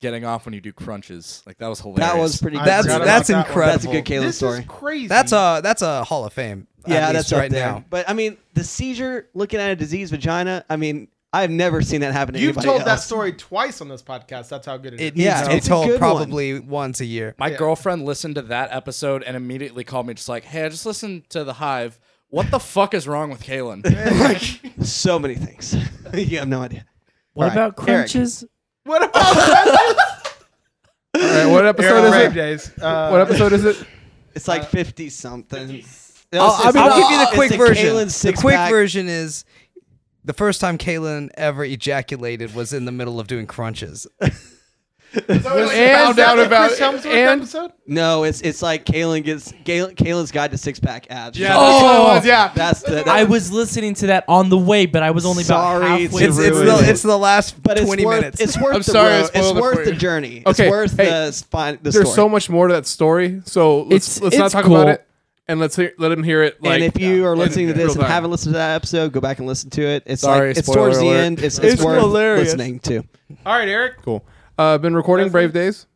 S6: getting off when you do crunches. Like that was hilarious.
S3: that was pretty.
S2: I
S3: good.
S5: That's
S2: forgot about
S5: that's
S2: that one.
S5: incredible.
S3: That's a good Kalen
S2: this
S3: story.
S2: is crazy.
S5: That's a that's a Hall of Fame. at
S3: yeah,
S5: least
S3: that's up
S5: right
S3: there.
S5: now.
S3: But I mean, the seizure, looking at a diseased vagina. I mean, I've never seen that happen to
S2: You've
S3: anybody
S2: told that
S3: else.
S2: story twice on this podcast. That's how good it is.
S5: It
S3: Yeah,
S5: needs to be
S3: it's a
S5: told
S3: good one.
S5: probably once a year.
S6: My girlfriend listened to that episode and immediately called me, just like, "Hey, I just listened to the Hive. What the fuck is wrong with Kalen?"
S3: So many things. you have no idea.
S7: What
S3: All right,
S7: about
S3: Eric.
S7: crunches?
S2: what about
S4: all right, what episode
S2: Eric Rave
S4: is it?
S2: Days? Uh,
S4: What episode is it?
S3: It's like fifty something.
S5: I'll,
S3: It's-
S5: I mean, I'll
S3: it's-
S5: give you the
S3: it's
S5: quick
S3: a
S5: version.
S3: Kalen
S5: The
S3: six
S5: quick
S3: pack.
S5: version is the first time Kalen ever ejaculated was in the middle of doing crunches.
S2: Was
S4: And
S2: found out
S4: found
S2: about Chris
S4: about-
S2: Hemsworth
S4: and-
S2: episode?
S3: No, it's it's like Kalen gets Galen, Kalen's guide to six pack abs.
S4: Yeah, that's what it was, yeah.
S3: that's the. That,
S9: I was listening to that on the way, but I was only
S3: Sorry
S9: about
S3: to
S9: halfway
S5: It's,
S9: through.
S5: it's,
S3: ruined
S5: the,
S3: it.
S5: it's the last
S3: but it's
S5: 20
S3: worth,
S5: minutes.
S3: It's worth.
S4: I'm
S3: the
S4: sorry I
S3: Road. It's
S4: spoiled it for
S3: worth the
S4: you.
S3: journey.
S4: Okay,
S3: It's worth
S4: hey,
S3: the spine. The
S4: There's
S3: story.
S4: so much more to that story. So let's
S7: It's-
S4: let's not
S7: it's
S4: talk
S7: cool.
S4: about it and let's hear, let him hear it. Like, uh,
S3: and if you are listening to
S4: real
S3: this and
S4: time.
S3: haven't listened to that episode, go back and listen to it. It's
S6: Sorry,
S3: like it's
S6: spoiler
S3: towards the
S6: alert.
S3: end. It's, it's,
S9: It's
S3: worth
S9: hilarious.
S3: listening to.
S2: All right, Eric.
S4: cool. Uh, been recording Brave Days.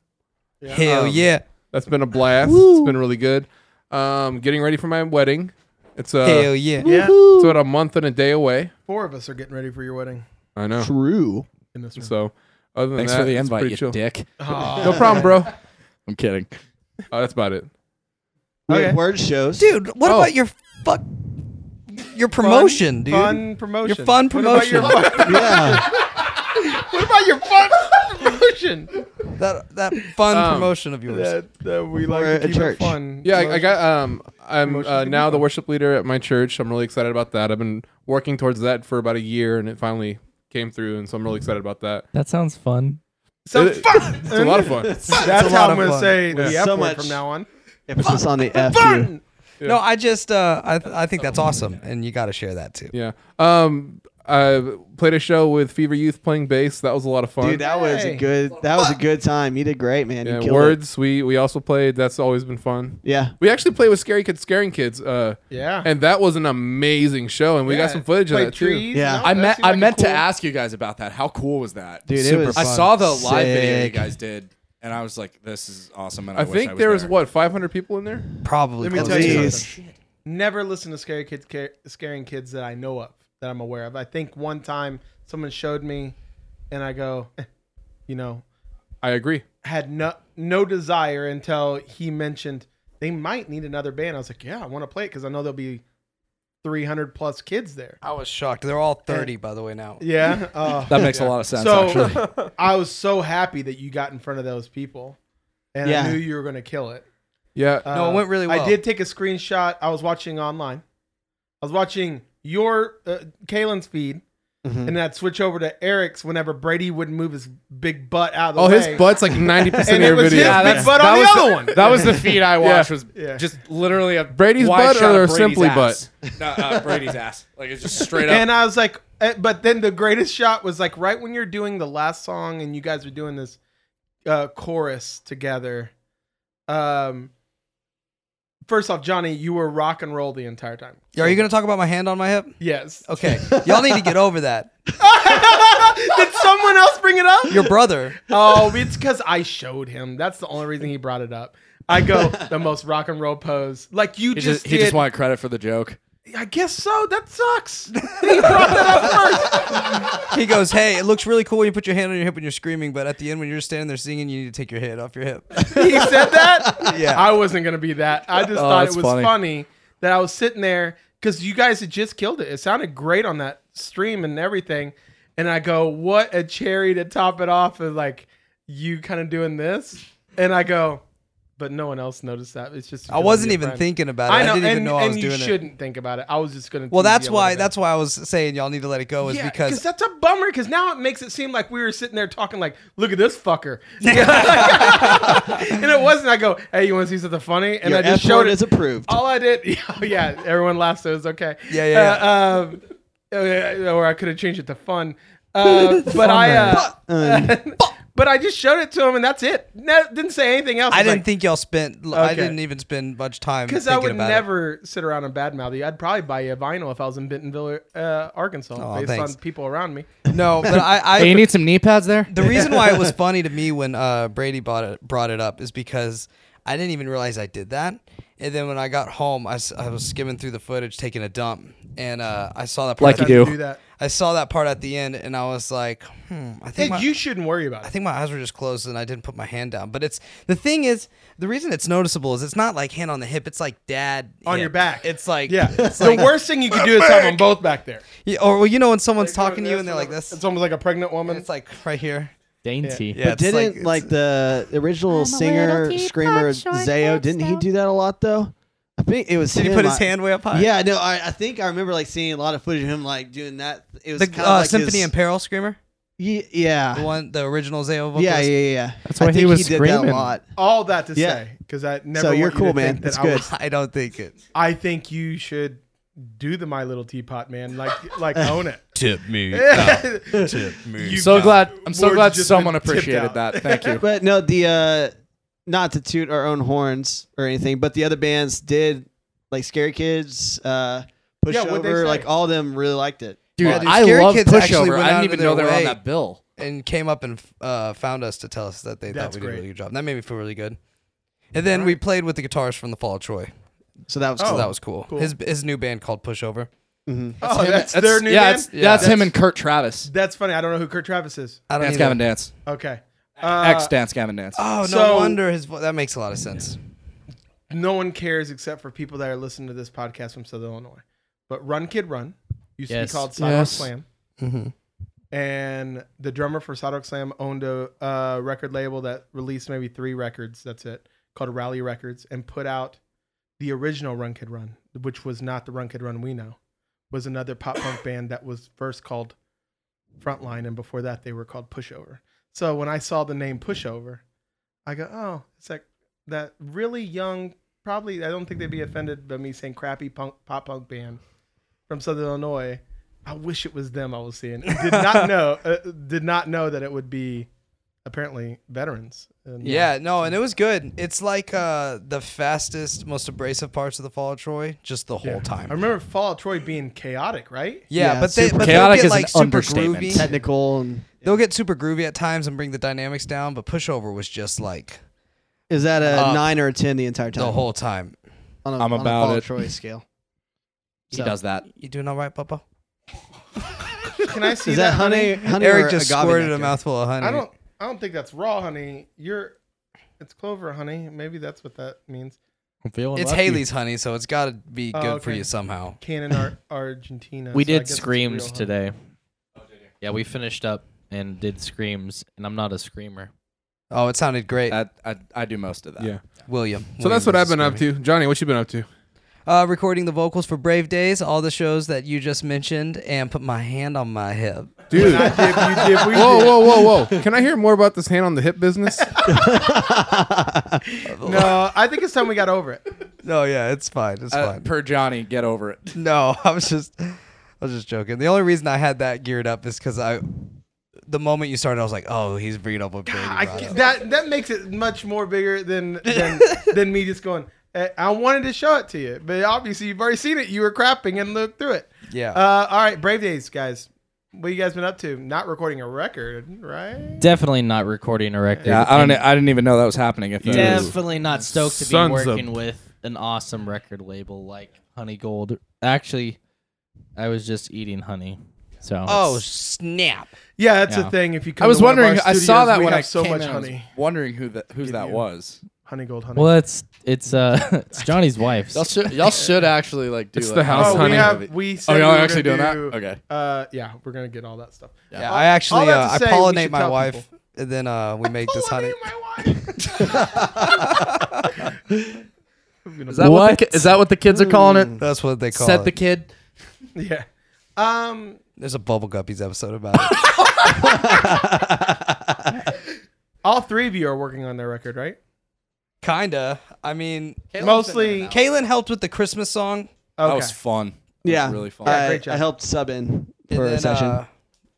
S5: Hell
S4: Um,
S5: yeah.
S4: That's been a blast. It's been really good. Um, getting ready for my wedding. It's uh,
S5: Hell yeah.
S2: Yeah,
S4: it's about a month and a day away.
S2: four of us are getting ready for your wedding
S4: I know.
S3: True.
S2: in this room.
S4: So other than
S6: Thanks
S4: that,
S6: for the
S4: it's
S6: invite,
S4: pretty
S6: you
S4: chill.
S6: dick.
S4: No problem, bro.
S6: I'm kidding.
S4: Oh, that's about it.
S3: We
S2: Okay.
S3: had word shows.
S5: Dude, what
S4: Oh.
S5: about your fuck your promotion, dude?
S2: Fun promotion.
S5: Your fun
S2: What about your
S5: promotion.
S2: fun-
S3: Yeah.
S2: what about your fun promotion?
S5: That that fun
S4: Um,
S5: promotion of yours.
S2: That, that we
S3: We're
S2: like
S3: a
S2: to keep
S3: church.
S2: it fun.
S4: Yeah, I, I got. Um, I'm
S2: Emotions
S4: uh,
S2: can be
S4: now the
S2: fun.
S4: worship leader at my church. I'm really excited about that. I've been working towards that for about a year, and it finally came through. And so I'm really excited about that.
S9: That sounds fun.
S2: So
S4: It-
S2: fun.
S4: It's a lot of fun.
S2: That's
S5: It's a
S2: how I'm
S5: lot of
S2: going to
S5: fun.
S2: say the
S3: Yeah.
S2: F
S3: So
S2: word
S3: much
S2: from now on.
S3: Emphasis on the F. you.
S2: Fun.
S5: No, I just uh I I think that's awesome and you got to share that too.
S4: Yeah. Um, I played a show with Fever Youth playing bass. That was a lot of fun.
S3: Dude, that was a
S2: Hey.
S3: good. That was a good time. You did great, man. You
S4: yeah,
S3: killed it.
S4: words. We we also played. That's always been fun.
S3: Yeah.
S4: We actually played with Scary Kids, Scaring Kids. Uh,
S2: Yeah.
S4: and that was an amazing show, and we
S2: Yeah,
S4: got some footage of
S2: played
S4: that
S2: trees.
S3: Yeah.
S2: No,
S6: I
S2: that
S6: meant
S2: seemed
S6: I
S2: like a
S6: meant to
S2: cool-
S6: ask you guys about that. How cool was that?
S3: Dude, it
S5: Super
S3: was
S6: I
S5: fun.
S6: saw the live video you
S3: Sick.
S6: guys did, and I was like, "This is awesome." And
S4: too.
S6: I,
S4: I
S6: wish
S4: think
S6: I was
S4: there was
S6: there.
S4: what 500 people in there.
S5: Probably.
S2: Let me
S5: close
S2: tell
S5: to
S2: you
S5: it.
S3: Jeez.
S2: something. Never listen to scary kids, ca- scaring kids that I know of that I'm aware of. I think one time someone showed me, and I go, eh, you know,
S4: I agree.
S2: had no no desire until he mentioned they might need another band. I was like, yeah, I want to play it because I know there'll be 300 plus kids there.
S5: I was shocked. They're all 30, by the way, now.
S2: Yeah. Oh.
S6: That makes a lot of sense.
S2: so
S6: actually,
S2: I was so happy that you got in front of those people, and
S3: Yeah.
S2: I knew you were going to kill it.
S4: Yeah.
S2: Uh,
S5: No, it went really well.
S2: I did take a screenshot. I was watching online. I was watching your uh, Kalen's feed, and then I'd switch over to Eric's whenever Brady wouldn't move his big butt out of the
S4: Oh,
S2: way.
S4: his butt's like 90% of
S2: And it
S4: your
S2: was
S4: video.
S2: his
S6: Yeah,
S2: big
S6: that's-
S2: butt
S4: that
S2: on the
S4: was
S2: other
S4: the-
S2: one.
S6: that was the feed I watched. Was
S2: Yeah.
S6: just literally a
S4: Brady's
S6: wide
S4: butt
S6: shot
S4: or
S6: of Brady's
S4: simply
S6: ass. No, uh, Brady's ass. Like it's just straight up.
S2: And I was like, eh, but then the greatest shot was like right when you're doing the last song and you guys are doing this uh, chorus together. Um, first off, Johnny, you were rock and roll the entire time.
S5: Are you going to talk about my hand on my hip?
S2: Yes.
S5: Okay. Y'all need to get over that.
S2: Did someone else bring it up?
S5: Your brother.
S2: oh, it's because I showed him. That's the only reason he brought it up. I go the most rock and roll pose, like you
S6: he
S2: just
S6: just, he
S2: did.
S6: just wanted credit for the joke.
S2: I guess so. That sucks. he brought that up first.
S5: He goes, Hey, it looks really cool when you put your hand on your hip when you're screaming, but at the end, when you're just standing there singing, you need to take your hand off your hip.
S2: he said that.
S5: Yeah. Oh,
S2: I wasn't gonna be that. I just thought it
S6: that's
S2: was funny.
S6: funny.
S2: that I was sitting there because you guys had just killed it. It sounded great on that stream and everything. And I go, what a cherry to top it off of like you kind of doing this. And I go, but no one else noticed that. It's just
S5: I wasn't even thinking about it. I,
S2: I know,
S5: didn't
S2: and,
S5: even know I
S2: and
S5: was
S2: you
S5: doing it.
S2: shouldn't think about it. I was just gonna.
S5: Well,
S2: tease you
S5: that's
S2: a
S5: why
S2: little bit.
S5: that's why I was saying y'all need to let it go is
S2: Yeah,
S5: because
S2: that's a bummer. Because now it makes it seem like we were sitting there talking like, "Look at this fucker," and it wasn't. I go, "Hey, you want to see something funny?" And
S3: Your
S2: I just
S3: F
S2: showed
S3: word
S2: it.
S3: is approved.
S2: All I did, yeah, yeah, everyone laughed, so it was okay.
S5: Yeah, yeah,
S2: Uh, um, uh, or I could have changed it to fun, uh, but I, uh, but I just showed it to him, and that's it. No, didn't say anything else.
S5: I didn't think y'all spent. I
S2: Okay.
S5: didn't even spend much time
S2: because
S5: thinking
S2: I would
S5: about it.
S2: never sit around and badmouth you. I'd probably buy you a vinyl if I was in Bentonville, uh, Arkansas,
S5: Aw,
S2: based
S5: thanks.
S2: on people around me.
S5: No, but I. I
S8: Hey, you need some knee pads there?
S5: the reason why it was funny to me when uh, Brady bought it, brought it up is because I didn't even realize I did that. And then when I got home, I, s- I was skimming through the footage, taking a dump, and uh, I saw that part.
S6: Like
S5: at
S6: you
S5: the-
S6: do.
S2: do that.
S5: I saw that part at the end, and I was like, hmm, I
S2: Hey,
S5: think my-
S2: you shouldn't worry about
S5: I
S2: it.
S5: think my eyes were just closed and I didn't put my hand down. But it's the thing is, the reason it's noticeable is it's not like hand on the hip. It's like dad
S2: On
S5: hip.
S2: your back.
S5: It's like
S2: Yeah,
S5: it's
S2: the
S5: like-
S2: worst thing you could do is have them both back there.
S5: Yeah, or well, you know when someone's talking to you and they're like this.
S2: It's almost like a pregnant woman.
S5: and It's like right here.
S7: Dainty.
S5: Yeah,
S3: But didn't like, the original singer screamer Zayo? Didn't he do that a lot though? I think it was.
S5: Did he
S3: him.
S5: put his
S3: I-
S5: hand way up high?
S3: Yeah, no, I, I think I remember like seeing a lot of footage of him like doing that. It was
S5: The
S3: kind of
S5: uh,
S3: like
S5: Symphony
S3: his,
S5: in Peril screamer,
S3: Ye-
S5: the
S3: yeah,
S5: one, the original Zayo vocalist.
S3: yeah, yeah, yeah.
S9: That's
S3: I
S9: why he
S3: think
S9: was
S3: did that
S9: screaming.
S3: a lot.
S2: all that to
S3: Yeah.
S2: say because I never.
S3: so
S2: want
S3: you're
S2: you to
S3: cool,
S2: think
S3: man.
S2: that
S3: That's
S2: I
S3: good.
S2: was-
S5: I don't think it.
S2: I think you should do the My Little Teapot, man. Like, like own it.
S5: Tip me.
S2: You
S6: So
S2: got
S6: glad. I'm so
S2: Ward's
S6: glad
S2: just
S6: someone
S2: been tipped
S6: appreciated
S2: out.
S6: that. Thank you.
S3: But no, the uh not to toot our own horns or anything, but the other bands did like Scary Kids, uh Push
S2: Yeah, what'd they
S3: Over,
S2: say?
S3: like all of them really liked it.
S6: Dude,
S5: Yeah, dude,
S6: I
S5: Scary
S6: love
S5: Kids actually
S6: pushover.
S5: went
S6: I didn't
S5: out of
S6: even
S5: their
S6: know they were
S5: way.
S6: on that bill.
S5: and came up and uh, found us to tell us that they
S2: That's
S5: thought we did a
S2: great.
S5: really good job. That made me feel really good. And then we played with the guitarist from the Fall of Troy.
S3: So that was
S5: So
S2: Oh,
S5: that was cool.
S2: cool.
S5: His his new band called Pushover.
S2: Oh, that's,
S6: That's-
S2: their new
S6: yeah,
S2: band?
S6: That's, yeah, that's him and Kurt Travis.
S2: That's funny. I don't know who Kurt Travis is.
S5: I don't
S6: Dance
S5: even-
S6: Gavin Dance.
S2: Okay.
S6: Ex
S2: Uh,
S6: Dance Gavin Dance.
S5: Oh, no
S2: So-
S5: wonder his vo- that makes a lot of sense.
S2: no one cares except for people that are listening to this podcast from Southern Illinois. But Run Kid Run used to be
S7: Yes.
S2: called Sidewalk
S6: Yes.
S2: Slam.
S5: Mhm.
S2: And the drummer for Sidewalk Slam owned a uh, record label that released maybe three records. That's it, called Rally Records, and put out the original Run Kid Run, which was not the Run Kid Run we know. Was another pop punk band that was first called Frontline, and before that they were called Pushover. So when I saw the name Pushover, I go, oh, it's like that really young, probably, I don't think they'd be offended by me saying crappy punk, pop punk band from Southern Illinois. I wish it was them I was seeing. Did not know, uh, did not know that it would be apparently veterans. And,
S5: Yeah, no, and it was good. It's like uh, the fastest, most abrasive parts of the Fall of Troy, just the whole
S2: I
S5: time.
S2: remember Fallout Troy being chaotic, right?
S5: Yeah,
S3: Yeah,
S5: but they
S3: super-
S5: but
S6: Chaotic
S5: they'll
S6: is
S5: get
S6: an
S5: like super
S6: understatement.
S5: groovy.
S3: technical and
S5: They'll get super groovy at times and bring the dynamics down, but Pushover was just like
S3: is that a
S5: Uh,
S3: nine or a ten the entire time?
S5: the whole time.
S3: on a,
S6: I'm
S3: on
S6: about
S3: a Paul
S6: it.
S3: Troy scale.
S6: He does that.
S5: You doing all right, Papa?
S2: Can I see
S3: Is that honey? honey or
S5: Eric just
S3: agave
S5: squirted a
S3: nectar?
S5: mouthful of honey.
S2: I don't. I don't think that's raw honey. You're. It's clover honey. Maybe that's what that means.
S10: I'm feeling
S5: It's
S10: lucky.
S5: Haley's honey, so it's got to be
S2: Oh,
S5: good for
S2: okay.
S5: you somehow.
S2: Canon Ar- Argentina.
S11: we
S2: so I
S11: did
S2: guess it's real,
S11: screams
S2: huh?
S11: today.
S4: Oh,
S11: Yeah, we finished up and did screams, and I'm not a screamer.
S5: Oh, it sounded great,
S6: I, I, I do most of that.
S4: Yeah.
S5: William.
S4: So that's what I've been up to. Johnny, what you been up to?
S5: Uh, recording the vocals for Brave Days, all the shows that you just mentioned, and put my hand on my hip.
S4: Dude.
S2: I did, you did, we
S4: Whoa, whoa, whoa, whoa. Can I hear more about this hand on the hip business?
S2: did. No, I think it's time we got over it.
S5: No, yeah, it's fine. It's
S6: Uh,
S5: fine.
S6: per Johnny, get over it.
S5: No, I was just, I was just joking. The only reason I had that geared up is because I, the moment you started, I was like, oh, he's bringing up a Brady.
S2: I,
S5: Rod.
S2: that that makes it much more bigger than than, than me just going. "Eh, I wanted to show it to you, but obviously you've already seen it. You were crapping and looked through it.
S5: yeah.
S2: Uh, all right, Brave Days, guys. What you guys been up to? Not recording a record, right?
S11: Definitely not recording a record.
S6: Yeah, I don't. e,
S11: and
S6: I didn't even know that was happening. If that is-
S11: Definitely not stoked to be
S4: Sons of-
S11: working with an awesome record label like Honey Gold. Actually, I was just eating honey. So
S5: oh snap!
S2: Yeah, that's
S11: Yeah.
S2: the thing. If you come,
S6: I was
S2: to one of
S6: wondering.
S2: our
S6: I saw
S2: studios,
S6: that
S2: we
S6: when
S2: have
S6: I
S2: so
S6: came
S2: much
S6: in, I was
S2: honey,
S6: wondering who that who's that
S2: you.
S6: was.
S2: honey gold honey.
S11: well, it's it's uh it's Johnny's wife's.
S12: Y'all should, y'all should actually like do
S4: It's
S12: like,
S4: the house
S2: oh,
S4: honey.
S2: we have we. Said
S6: Oh,
S2: we
S6: y'all
S2: were
S6: actually doing
S2: gonna
S6: that?
S2: do-
S6: Okay.
S2: Uh, yeah, we're gonna get all that stuff.
S5: Yeah,
S2: All-
S5: I
S2: all
S5: actually
S2: that
S5: uh,
S2: to
S5: I
S2: say, we
S5: pollinate
S2: should
S5: my
S2: tell
S5: wife,
S2: people.
S5: and then uh, we make this honey.
S12: Is that what?
S11: What?
S12: the ki- is that what the kids are calling it?
S5: That's what they call
S12: Set
S5: it.
S12: the kid.
S2: Yeah. Um.
S5: There's a Bubble Guppies episode about it.
S2: All three of you are working on their record, right?
S5: Kinda. I mean,
S2: Mostly.
S5: Kaylin helped with the Christmas song.
S6: That
S2: Okay.
S6: was fun. That
S3: Yeah.
S6: was really fun.
S3: I,
S2: great job.
S3: I helped sub in
S5: and
S3: for a
S5: then,
S3: session.
S5: uh,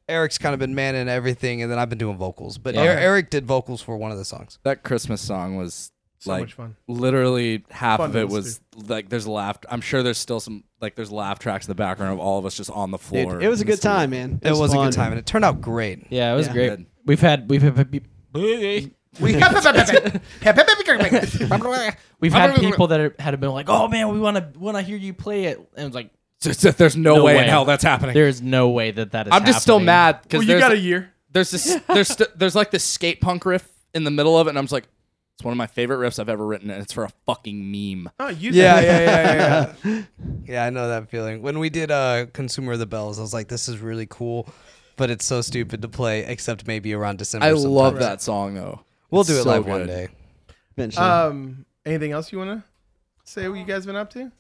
S5: Eric's kind of been manning everything, and then I've been doing vocals. But
S11: Yeah.
S5: Er- Eric did vocals for one of the songs.
S6: that Christmas song was
S2: so
S6: like
S2: much fun.
S6: literally half
S2: Fun
S6: of
S2: to
S6: it
S2: listen
S6: was like there's laugh. I'm sure there's still some like there's laugh tracks in the background of all of us just on the
S3: Dude,
S6: floor.
S3: it was a
S6: in the
S3: good time, man.
S5: It was, a
S3: fun.
S5: good time, and it turned out great.
S11: yeah, it was
S3: Yeah.
S11: great.
S6: Good.
S11: We've had we've had,
S2: We
S11: we've had people that are, had been like, "Oh man, we want to want to hear you play it," and it's like,
S6: studio. There's no,
S11: No
S6: way,
S11: way.
S6: in hell that's happening.
S11: "There is no way that that is."
S6: I'm just still
S11: happening."
S6: mad because
S2: Well, you
S6: there's,
S2: got a year.
S6: there's this there's st- there's like this skate punk riff in the middle of it, and I'm just like, it's one of my favorite riffs I've ever written, and it's for a fucking meme.
S2: Oh, you.
S5: Yeah,
S2: think-
S5: yeah, yeah, yeah. Yeah, yeah I know that feeling. When we did uh, Consumer of the Bells, I was like, this is really cool, but it's so stupid to play, except maybe around December.
S6: I love
S5: sometime.
S6: that song though.
S5: We'll
S6: It's
S5: do it
S6: so
S5: live one
S6: good.
S5: day.
S3: Eventually.
S2: Um. Anything else you wanna say? What you guys been up to?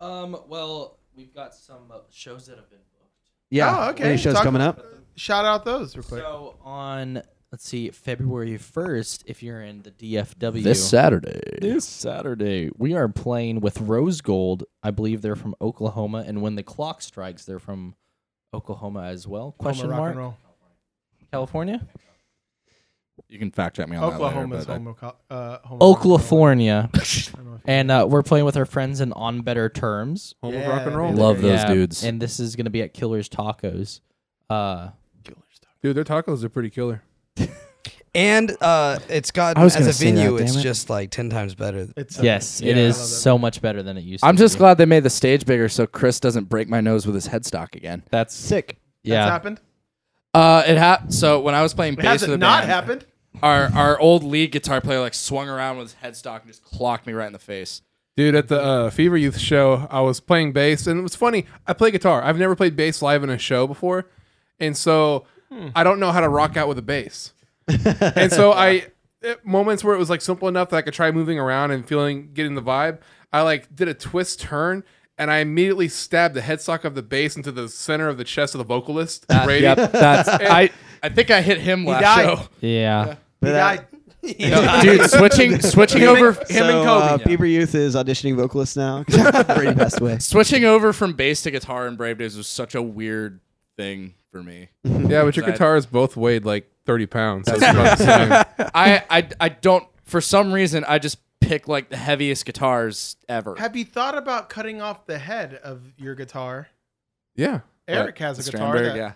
S11: Um. Well, we've got some uh, shows that have been booked.
S3: yeah.
S2: oh, okay.
S3: Any shows
S2: Talk-
S3: coming up?
S2: Shout out those real quick.
S11: So on let's see, February first, if you're in the DFW,
S12: This Saturday.
S11: this Saturday we are playing with Rose Gold. I believe they're from Oklahoma, and when the clock strikes, they're from Oklahoma as well. Question
S2: Oklahoma rock and
S11: mark
S2: roll.
S11: California,
S6: You can fact check me on
S2: Oklahoma's
S6: that later.
S2: home. of co- Uh, home of rock
S11: Oklahoma,
S2: and roll. I don't know if you-
S11: and uh, we're playing with our friends in On Better Terms.
S4: Home
S2: Yeah,
S4: of rock and roll.
S2: baby.
S6: Love those dudes.
S11: And this is gonna be at Killer's Tacos. Uh,
S4: Dude, their tacos are pretty killer.
S5: And uh, it's gotten,
S11: I was
S5: as
S11: gonna
S5: a
S11: say that,
S5: venue, it's
S11: damn it.
S5: just like 10 times better.
S2: It's
S11: yes, it
S4: Yeah, I
S11: is
S2: love that.
S11: so much better than it used.
S6: I'm
S11: to
S6: just
S11: be.
S6: glad they made the stage bigger so Chris doesn't break my nose with his headstock again.
S11: that's
S3: Sick.
S2: That's
S11: yeah.
S2: happened.
S6: Uh, it happened. So when I was playing bass
S2: Has
S6: with the
S2: it not
S6: band,
S2: happened?
S6: our our old lead guitar player like swung around with his headstock and just clocked me right in the face.
S4: Dude, at the uh, Fever Youth show, I was playing bass, and it was funny. I play guitar. I've never played bass live in a show before, and so I don't know how to rock out with a bass. and so I at moments where it was like simple enough that I could try moving around and feeling getting the vibe. I like did a twist turn, and I immediately stabbed the headstock of the bass into the center of the chest of the vocalist.
S3: Ah,
S4: Brady.
S6: that's
S4: I-
S6: I. I think I hit him last
S2: died.
S6: show.
S11: yeah.
S2: He
S3: that-
S2: died.
S6: Dude, switching switching over
S3: so, Uh, Bieber Youth is auditioning vocalists now. Brady passed away.
S6: switching over from bass to guitar in Brave Days was such a weird thing for me.
S4: yeah, but your
S6: I-
S4: guitars both weighed like thirty pounds. So it's about the same.
S6: I, I I don't for some reason I just pick like the heaviest guitars ever.
S2: Have you thought about cutting off the head of your guitar?
S4: Yeah,
S6: But
S2: Eric has a guitar.
S6: Strandberg,
S2: that
S6: yeah.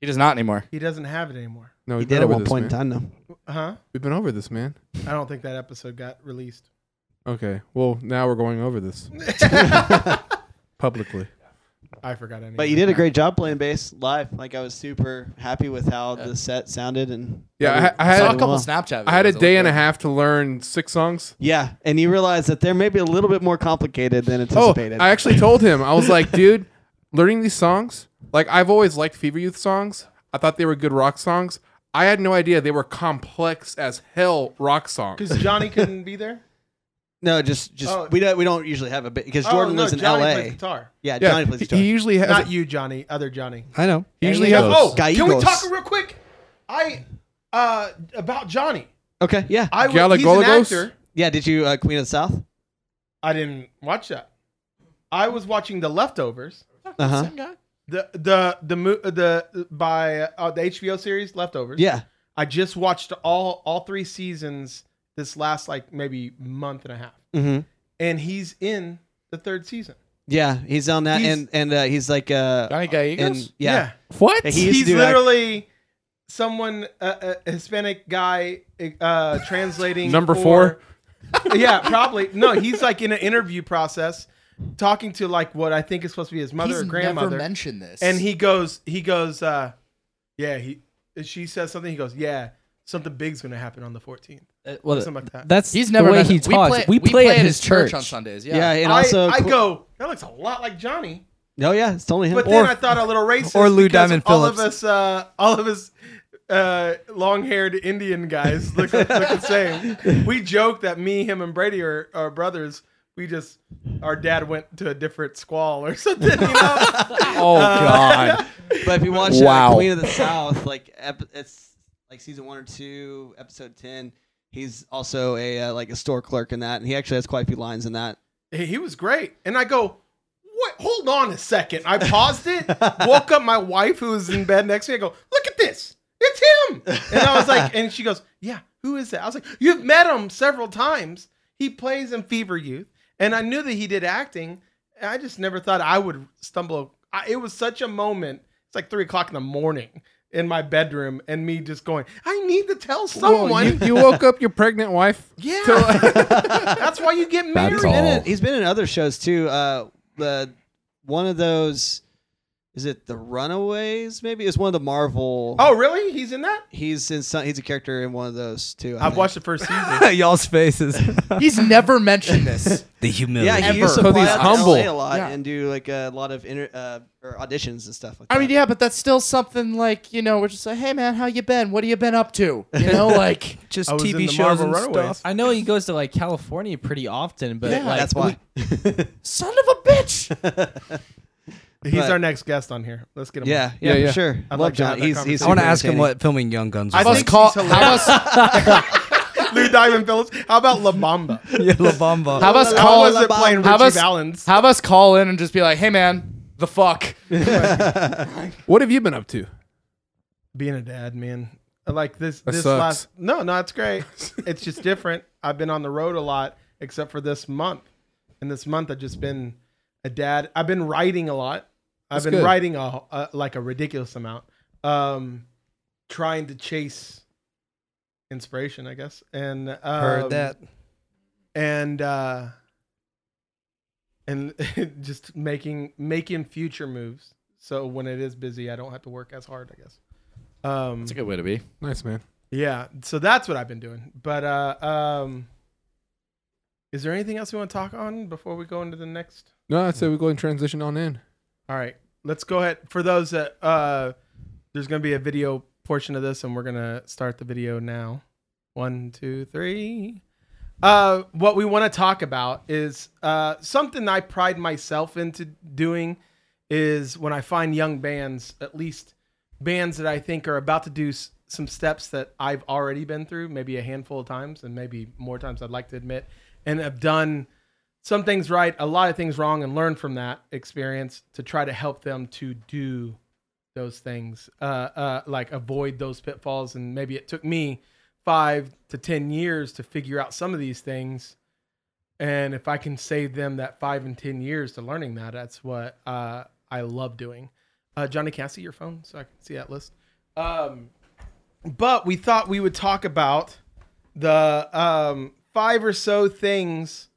S6: He does not anymore.
S2: He doesn't have it anymore.
S4: no,
S3: He
S4: we've
S3: did
S4: been
S3: at
S4: over
S3: one
S4: this,
S3: point
S4: man.
S3: in time, though.
S2: Huh?
S4: We've been over this, man.
S2: I don't think that episode got released.
S4: Okay. Well, now we're going over this publicly.
S2: I forgot any.
S3: But you did a great job playing bass live. Like I was super happy with how the set sounded and
S4: Yeah, I ha- I had-
S3: sounded
S4: Saw
S6: a couple
S3: well.
S6: Snapchat.
S4: I had
S6: videos
S4: a
S6: that
S4: day
S6: looked
S4: and a
S6: good.
S4: half to learn six songs.
S3: Yeah, and you realize that they're maybe a little bit more complicated than
S4: Oh,
S3: anticipated.
S4: I actually told him. I was like, dude, learning these songs, like I've always liked Fever Youth songs. I thought they were good rock songs. I had no idea they were complex as hell rock songs.
S2: because Johnny couldn't be there.
S3: no, just just
S2: Oh.
S3: we don't we don't usually have a bit because
S2: Oh,
S3: Jordan
S2: no,
S3: lives in
S2: Johnny
S3: L.A.
S2: Plays guitar.
S3: Yeah,
S4: Yeah,
S3: Johnny plays
S4: he-
S3: guitar.
S4: he usually has.
S2: Not you, Johnny. Other Johnny.
S5: I know.
S4: he usually has.
S7: Gallegos.
S4: Oh,
S2: Can we
S3: Gallegos.
S2: talk real quick? I uh about Johnny.
S3: okay, yeah,
S2: I was he's an
S4: Gallegos?
S2: actor.
S3: yeah. Did you uh, Queen of the South?
S2: I didn't watch that. I was watching The Leftovers.
S3: Uh huh.
S2: The the the mo- the by uh, the HBO series Leftovers.
S3: Yeah.
S2: I just watched all all three seasons this last like maybe month and a half,
S3: Mm-hmm.
S2: and he's in the third season.
S3: Yeah, he's on that,
S2: He's-
S3: and and uh, he's like uh,
S6: Johnny
S3: and
S6: Gallegos.
S3: yeah,
S7: What?
S3: Yeah, he used
S2: he's
S3: to do act-
S2: literally someone uh, a Hispanic guy uh, translating
S4: Number
S2: for-
S4: four.
S2: yeah, probably. No, he's like in an interview process, talking to like what I think is supposed to be his mother or
S6: He's
S2: grandmother,
S6: never mentioned this.
S2: and he goes, he goes, uh, yeah. He she says something. He goes, yeah, something big's gonna happen on the 14th.
S7: Uh, well,
S2: Something like that.
S7: That's
S6: he's never
S7: the way
S6: mentioned-
S7: he talks. We play, at, his church,
S6: on Sundays.
S3: yeah,
S6: Yeah.
S3: and
S2: I,
S3: also
S2: I
S3: Qu-
S2: go, that looks a lot like Johnny.
S3: no, yeah, it's totally him.
S2: But
S5: Or-
S2: then I thought a little racist.
S5: or Lou
S2: because
S5: Diamond
S2: all of
S5: Phillips.
S2: us, uh, all of us, uh, long-haired Indian guys look, look the same. We joke that me, him, and Brady are, are brothers. We just our dad went to a different squall or something. You know?
S4: Oh god.
S3: But if you watch uh,
S4: Wow.
S3: Queen of the South, like ep- it's like season one or two, episode ten. He's also a uh, like a store clerk in that, and he actually has quite a few lines in that.
S2: he he was great, and I go. What? Hold on a second. I paused it, woke up my wife who was in bed next to me. I go, look at this. It's him. And I was like, and she goes, yeah, who is that? I was like, you've met him several times. He plays in Fever Youth, and I knew that he did acting. And I just never thought I would stumble. I, it was such a moment. It's like three o'clock in the morning in my bedroom, and me just going, I need to tell someone.
S4: Well, you, you woke up your pregnant wife.
S2: yeah,
S4: to-
S2: that's why you get married.
S9: That's
S3: He's been in,
S9: all.
S3: he's been in other shows too. Uh, the one of those is it the Runaways? Maybe it's one of the Marvel.
S2: Oh, really? He's in that?
S3: he's in some, he's a character in one of those too. I
S2: I've
S3: think.
S2: watched the first season.
S5: Y'all's faces.
S6: He's never mentioned this.
S5: the humility.
S3: Yeah, he used to
S4: Because
S3: fly
S4: he's
S3: out
S4: humble.
S3: to LA a lot
S6: Yeah.
S3: and do like a lot of inter- uh, or auditions and stuff like that.
S6: I mean, yeah, but that's still something like you know, we're just like, hey man, how you been? What have you been up to? You know, like
S5: just
S2: I was in
S5: TV
S2: the
S5: shows
S2: Marvel
S5: and
S2: Runaways.
S5: stuff.
S7: I know he goes to like California pretty often, but
S6: Yeah,
S7: like,
S3: that's why.
S6: son of a bitch.
S2: He's
S3: But-
S2: our next guest on here. Let's get him.
S3: yeah,
S4: Yeah,
S3: yeah,
S4: yeah.
S3: for sure. I
S2: I'd
S3: love
S2: like to have
S3: John.
S2: that
S3: He's, he's
S2: conversation.
S5: I want to
S3: super
S5: ask him
S3: entertaining.
S5: what filming Young Guns was
S2: I
S5: like.
S2: think she's hilarious. Lou Diamond Phillips. How about La Bamba?
S5: Yeah, La Bamba.
S6: How about us
S2: How
S6: call
S2: was it playing Richie
S6: How about us-
S2: Valens?
S6: Have us call in and just be like, hey man, the fuck.
S4: What have you been up to?
S2: Being a dad, man. I Like this,
S4: That
S2: this
S4: sucks.
S2: last. No, no, it's great. it's just different. I've been on the road a lot, except for this month. And this month, I've just been a dad. I've been writing a lot. I've
S4: That's
S2: been
S4: good.
S2: writing a, a like a ridiculous amount. Um, trying to chase inspiration, I guess. And um,
S5: Heard that.
S2: and uh and just making making future moves so when it is busy i don't have to work as hard i guess um
S6: good way to be.
S4: Nice man.
S2: yeah so that's what i've been doing but uh um is there anything else we want to talk on before we go into the next
S4: No, I'd say we go ahead and transition on in.
S2: all right let's go ahead for those that uh there's gonna be a video portion of this and we're gonna start the video now One, two, three. Uh, what we want to talk about is uh, something I pride myself into doing is when I find young bands, at least bands that I think are about to do s- some steps that I've already been through, maybe a handful of times, and maybe more times I'd like to admit, and have done some things right, a lot of things wrong, and learned from that experience to try to help them to do those things, uh, uh, like avoid those pitfalls. And maybe it took me five to 10 years to figure out some of these things. And if I can save them that five and 10 years to learning that, that's what uh, I love doing. Uh, Johnny, can I see your phone so I can see that list? Um, but we thought we would talk about the um, five or so things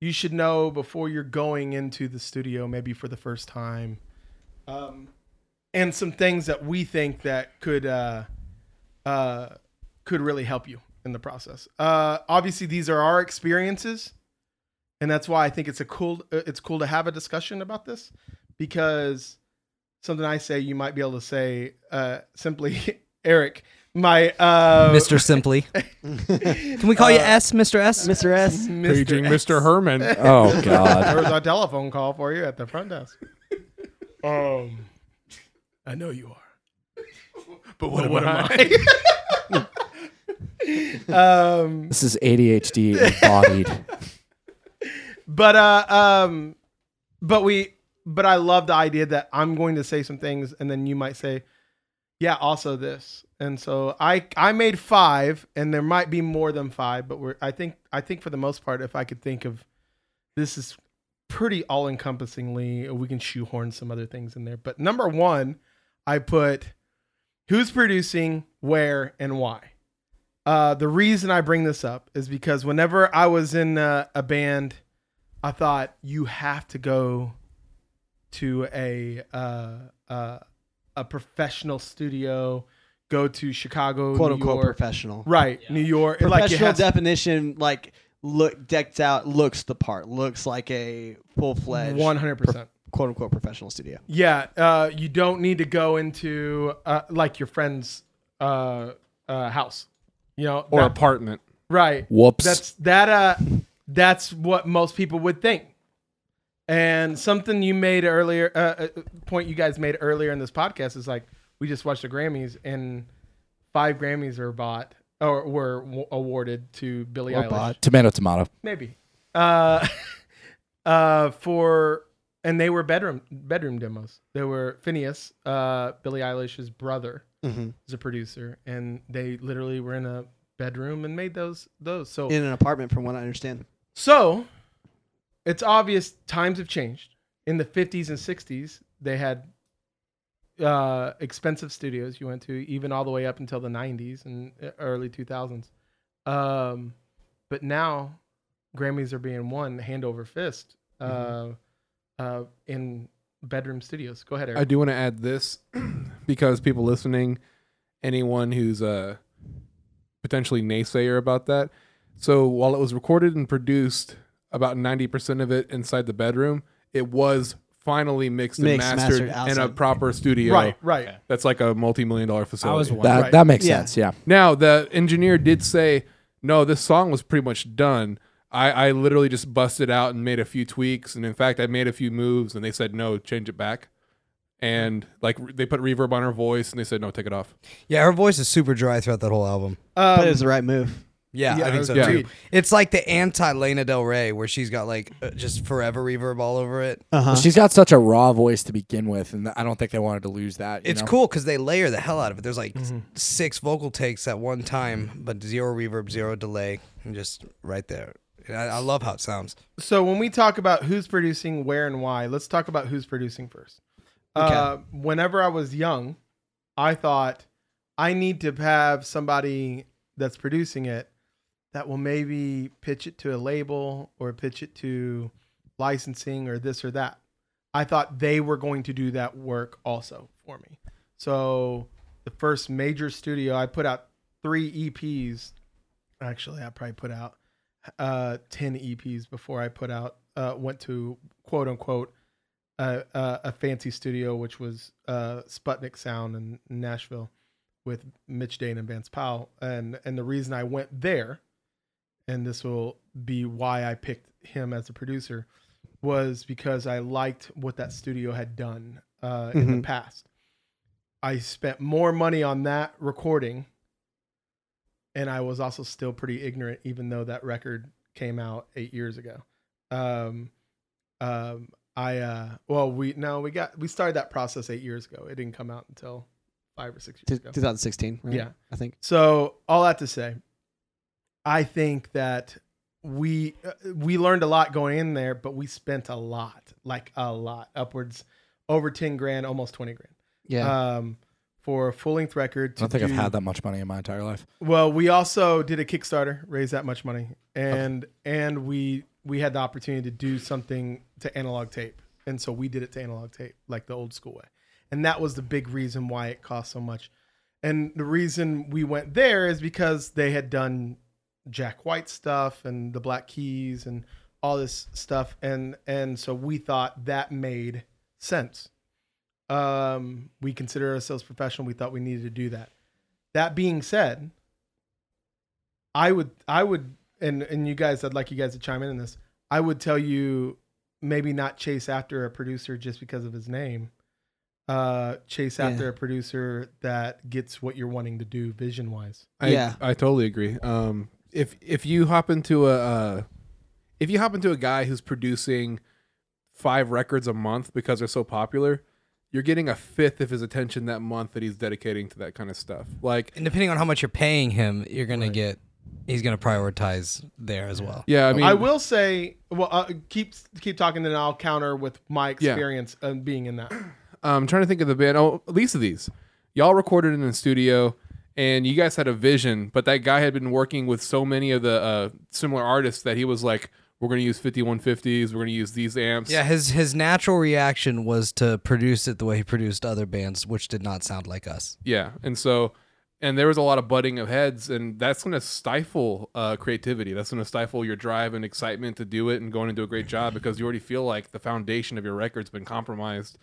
S2: you should know before you're going into the studio, maybe for the first time, um, and some things that we think that could uh, uh, could really help you in the process. Uh, obviously, these are our experiences, and that's why I think it's a cool uh, it's cool to have a discussion about this because something I say you might be able to say uh, simply, Eric, my uh,
S5: Mr. Simply. Can we call you S, Mr. S?
S3: Mr. S.
S4: Paging
S2: X.
S4: Mr. Herman. Oh
S2: There
S4: God.
S2: was a telephone call for you at the front desk. Um, I know you are. But what, am, I? um,
S9: This is ADHD embodied.
S2: but uh, um, but we, but I love the idea that I'm going to say some things, and then you might say, "Yeah, also this." And so I, I made five, and there might be more than five, but we're, I think, I think for the most part, if I could think of, this is pretty all encompassingly. We can shoehorn some other things in there, but number one, I put who's producing, where, and why. Uh, the reason I bring this up is because whenever I was in uh, a band, I thought you have to go to a uh, uh, a professional studio, go to Chicago,
S3: Quote
S2: New
S3: unquote
S2: York,
S3: professional.
S2: right? New York, Like, it
S3: Professional
S2: has-
S3: definition, like look decked out, looks the part, looks like a full fledged,
S2: 100%.
S3: quote unquote professional studio.
S2: Yeah, uh, you don't need to go into uh, like your friend's uh, uh, house, you know,
S4: Or
S2: that-
S4: apartment.
S2: right.
S8: Whoops.
S2: That's that. Uh, that's what most people would think. And something you made earlier, uh, uh, point you guys made earlier in this podcast is like we just watched the Grammys and five Grammys were bought or were w- awarded to Billie Eilish
S8: tomato, tomato.
S2: maybe uh uh for and they were bedroom bedroom demos they were phineas uh billie eilish's brother is a producer and they literally were in a bedroom and made those those so
S3: In an apartment, from what I understand.
S2: so it's obvious times have changed. In the 50s and 60s, they had uh, expensive studios you went to, even all the way up until the 90s and uh, early 2000s. Um, but now, Grammys are being won hand over fist uh, uh, in bedroom studios. Go ahead, Eric.
S4: I do want to add this because people listening, anyone who's a potentially naysayer about that. So while it was recorded and produced, about ninety percent of it inside the bedroom, it was finally mixed,
S3: Mixed,
S4: and mastered,
S3: mastered
S4: in a
S3: outside.
S4: proper studio.
S2: right, right.
S4: That's like a multi-million dollar facility.
S8: That
S2: Right.
S8: that makes
S3: Yeah.
S8: sense. Yeah.
S4: Now the engineer did say, "No, this song was pretty much done. I, I literally just busted out and made a few tweaks, and in fact, I made a few moves, and they said no, change it back." And like re- they put reverb on her voice, and they said no, take it off.
S5: Yeah, her voice is super dry throughout that whole album.
S3: but it was the right move.
S5: Yeah,
S2: Um, Yeah,
S5: I think so
S4: yeah.
S5: too. It's like the anti Lana Del Rey, where she's got like uh, just forever reverb all over it.
S3: Uh-huh.
S8: She's got such a raw voice to begin with, and I don't think they wanted to lose that. you
S5: It's
S8: know?
S5: cool because they layer the hell out of it. There's like s- six vocal takes at one time, but zero reverb, zero delay, and just right there. And I, I love how it sounds.
S2: so when we talk about who's producing where and why let's talk about who's producing first uh, whenever i was young i thought i need to have somebody that's producing it that will maybe pitch it to a label or pitch it to licensing or this or that i thought they were going to do that work also for me so the first major studio i put out three eps actually i probably put out uh, 10 EPs before I put out, uh, went to quote unquote uh, uh, a fancy studio, which was uh, Sputnik Sound in Nashville with Mitch Dane and Vance Powell. And, and the reason I went there, and this will be why I picked him as a producer, was because I liked what that studio had done uh, in the past. I spent more money on that recording and I was also still pretty ignorant, even though that record came out eight years ago. Um, um, I uh, well, we no, we got we started that process eight years ago. It didn't come out until five or six years ago.
S3: 2016, right?
S2: Yeah.
S3: I think.
S2: So all that to say, I think that we uh, we learned a lot going in there, but we spent a lot, like a lot, upwards over ten grand, almost twenty grand.
S3: Yeah.
S2: Um, for a full length record.
S8: I
S2: To
S8: don't think I've
S2: do-
S8: had that much money in my entire life.
S2: well, we also did a Kickstarter, raised that much money, and and we we had the opportunity to do something to analog tape, and so we did it to analog tape, like the old school way, and that was the big reason why it cost so much. And the reason we went there is because they had done Jack White stuff and the Black Keys and all this stuff, and and so we thought that made sense. Um, we consider ourselves professional. We thought we needed to do that. That being said, I would I would and and you guys I'd like you guys to chime in on this. I would tell you maybe not chase after a producer just because of his name. Uh chase after a producer that gets what you're wanting to do vision wise.
S4: I,
S3: Yeah.
S4: I totally agree. Um, if if you hop into a uh, if you hop into a guy who's producing five records a month because they're so popular, you're getting a fifth of his attention that month that he's dedicating to that kind of stuff. Like,
S5: And depending on how much you're paying him, you're gonna get. He's gonna prioritize there as well.
S4: yeah, I mean,
S2: I will say, well, uh, keep keep talking, then I'll counter with my
S4: Yeah.
S2: experience and being in that.
S4: I'm trying to think of the band. Oh, at least of these. Y'all recorded in a studio and you guys had a vision, but that guy had been working with so many of the uh, similar artists that he was like, we're going to use 5150s, we're going to use these amps.
S5: Yeah, his his natural reaction was to produce it the way he produced other bands, which did not sound like us.
S4: Yeah. And so, and there was a lot of butting of heads, and that's going to stifle uh, creativity. That's going to stifle your drive and excitement to do it and going and do a great job because you already feel like the foundation of your record's been compromised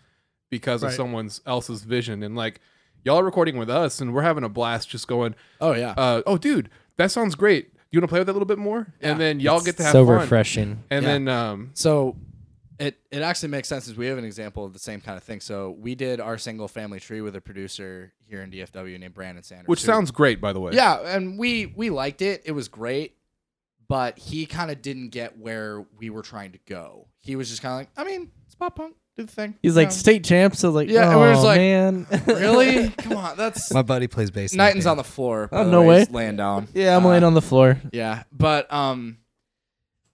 S4: because of
S2: Right.
S4: someone else's vision. And like, y'all are recording with us, and we're having a blast just going,
S6: Oh yeah.
S4: uh, oh, dude, that sounds great. You want to play with that a little bit more? And then y'all get to have
S7: so
S4: fun.
S7: refreshing.
S4: And
S6: Yeah.
S4: then, um,
S6: So it it actually makes sense as we have an example of the same kind of thing. So we did our single family tree with a producer here in DFW named Brandon Sanders.
S4: which
S6: who-
S4: sounds great, by the way.
S6: Yeah, and we we liked it. It was great. But he kind of didn't get where we were trying to go. He was just kind of like, I mean, it's pop punk, do the thing.
S7: He's
S6: you
S7: like
S6: know.
S7: state champs. I was like,
S6: Yeah,
S7: yeah,
S6: and
S7: oh,
S6: we're just like,
S7: man.
S6: really? Come on, that's
S5: My buddy plays bass. in that
S6: Knighton's
S5: band.
S6: on the floor. by
S7: Oh,
S6: the
S7: no way.
S6: He's laying down.
S7: yeah, I'm
S6: Uh,
S7: laying on the floor.
S6: Yeah, but um,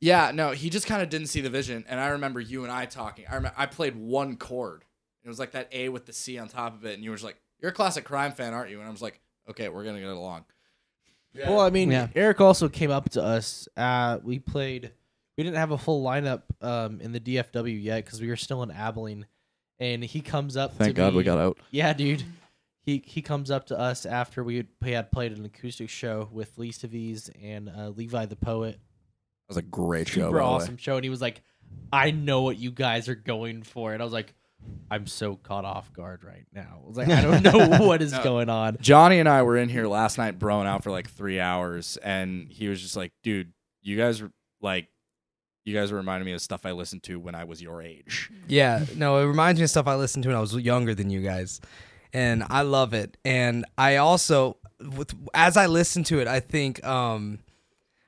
S6: yeah, no, he just kind of didn't see the vision. And I remember you and I talking. I remember I played one chord. It was like that A with the C on top of it, and you were just like, "You're a classic crime fan, aren't you?" And I was like, "Okay, we're gonna get along."
S11: Well, I mean,
S7: Yeah.
S11: Eric also came up to us. Uh, we played. We didn't have a full lineup um, in the DFW yet because we were still in Abilene, and he comes up. to me-
S6: out.
S11: Yeah, dude. He he comes up to us after we had, we had played an acoustic show with Lee V's and uh, Levi the Poet.
S6: That was a great show.
S11: Super
S6: by the way.
S11: awesome show, and he was like, "I know what you guys are going for," and I was like, "I'm so caught off guard right now." I was like, "I don't know what is going on."
S6: Johnny and I were in here last night, broing out for like three hours, and he was just like, "Dude, you guys were like." You guys were reminding me of stuff I listened to when I was your age.
S5: Yeah, no, it reminds me of stuff I listened to when I was younger than you guys, and I love it. And I also, with as I listen to it, I think um,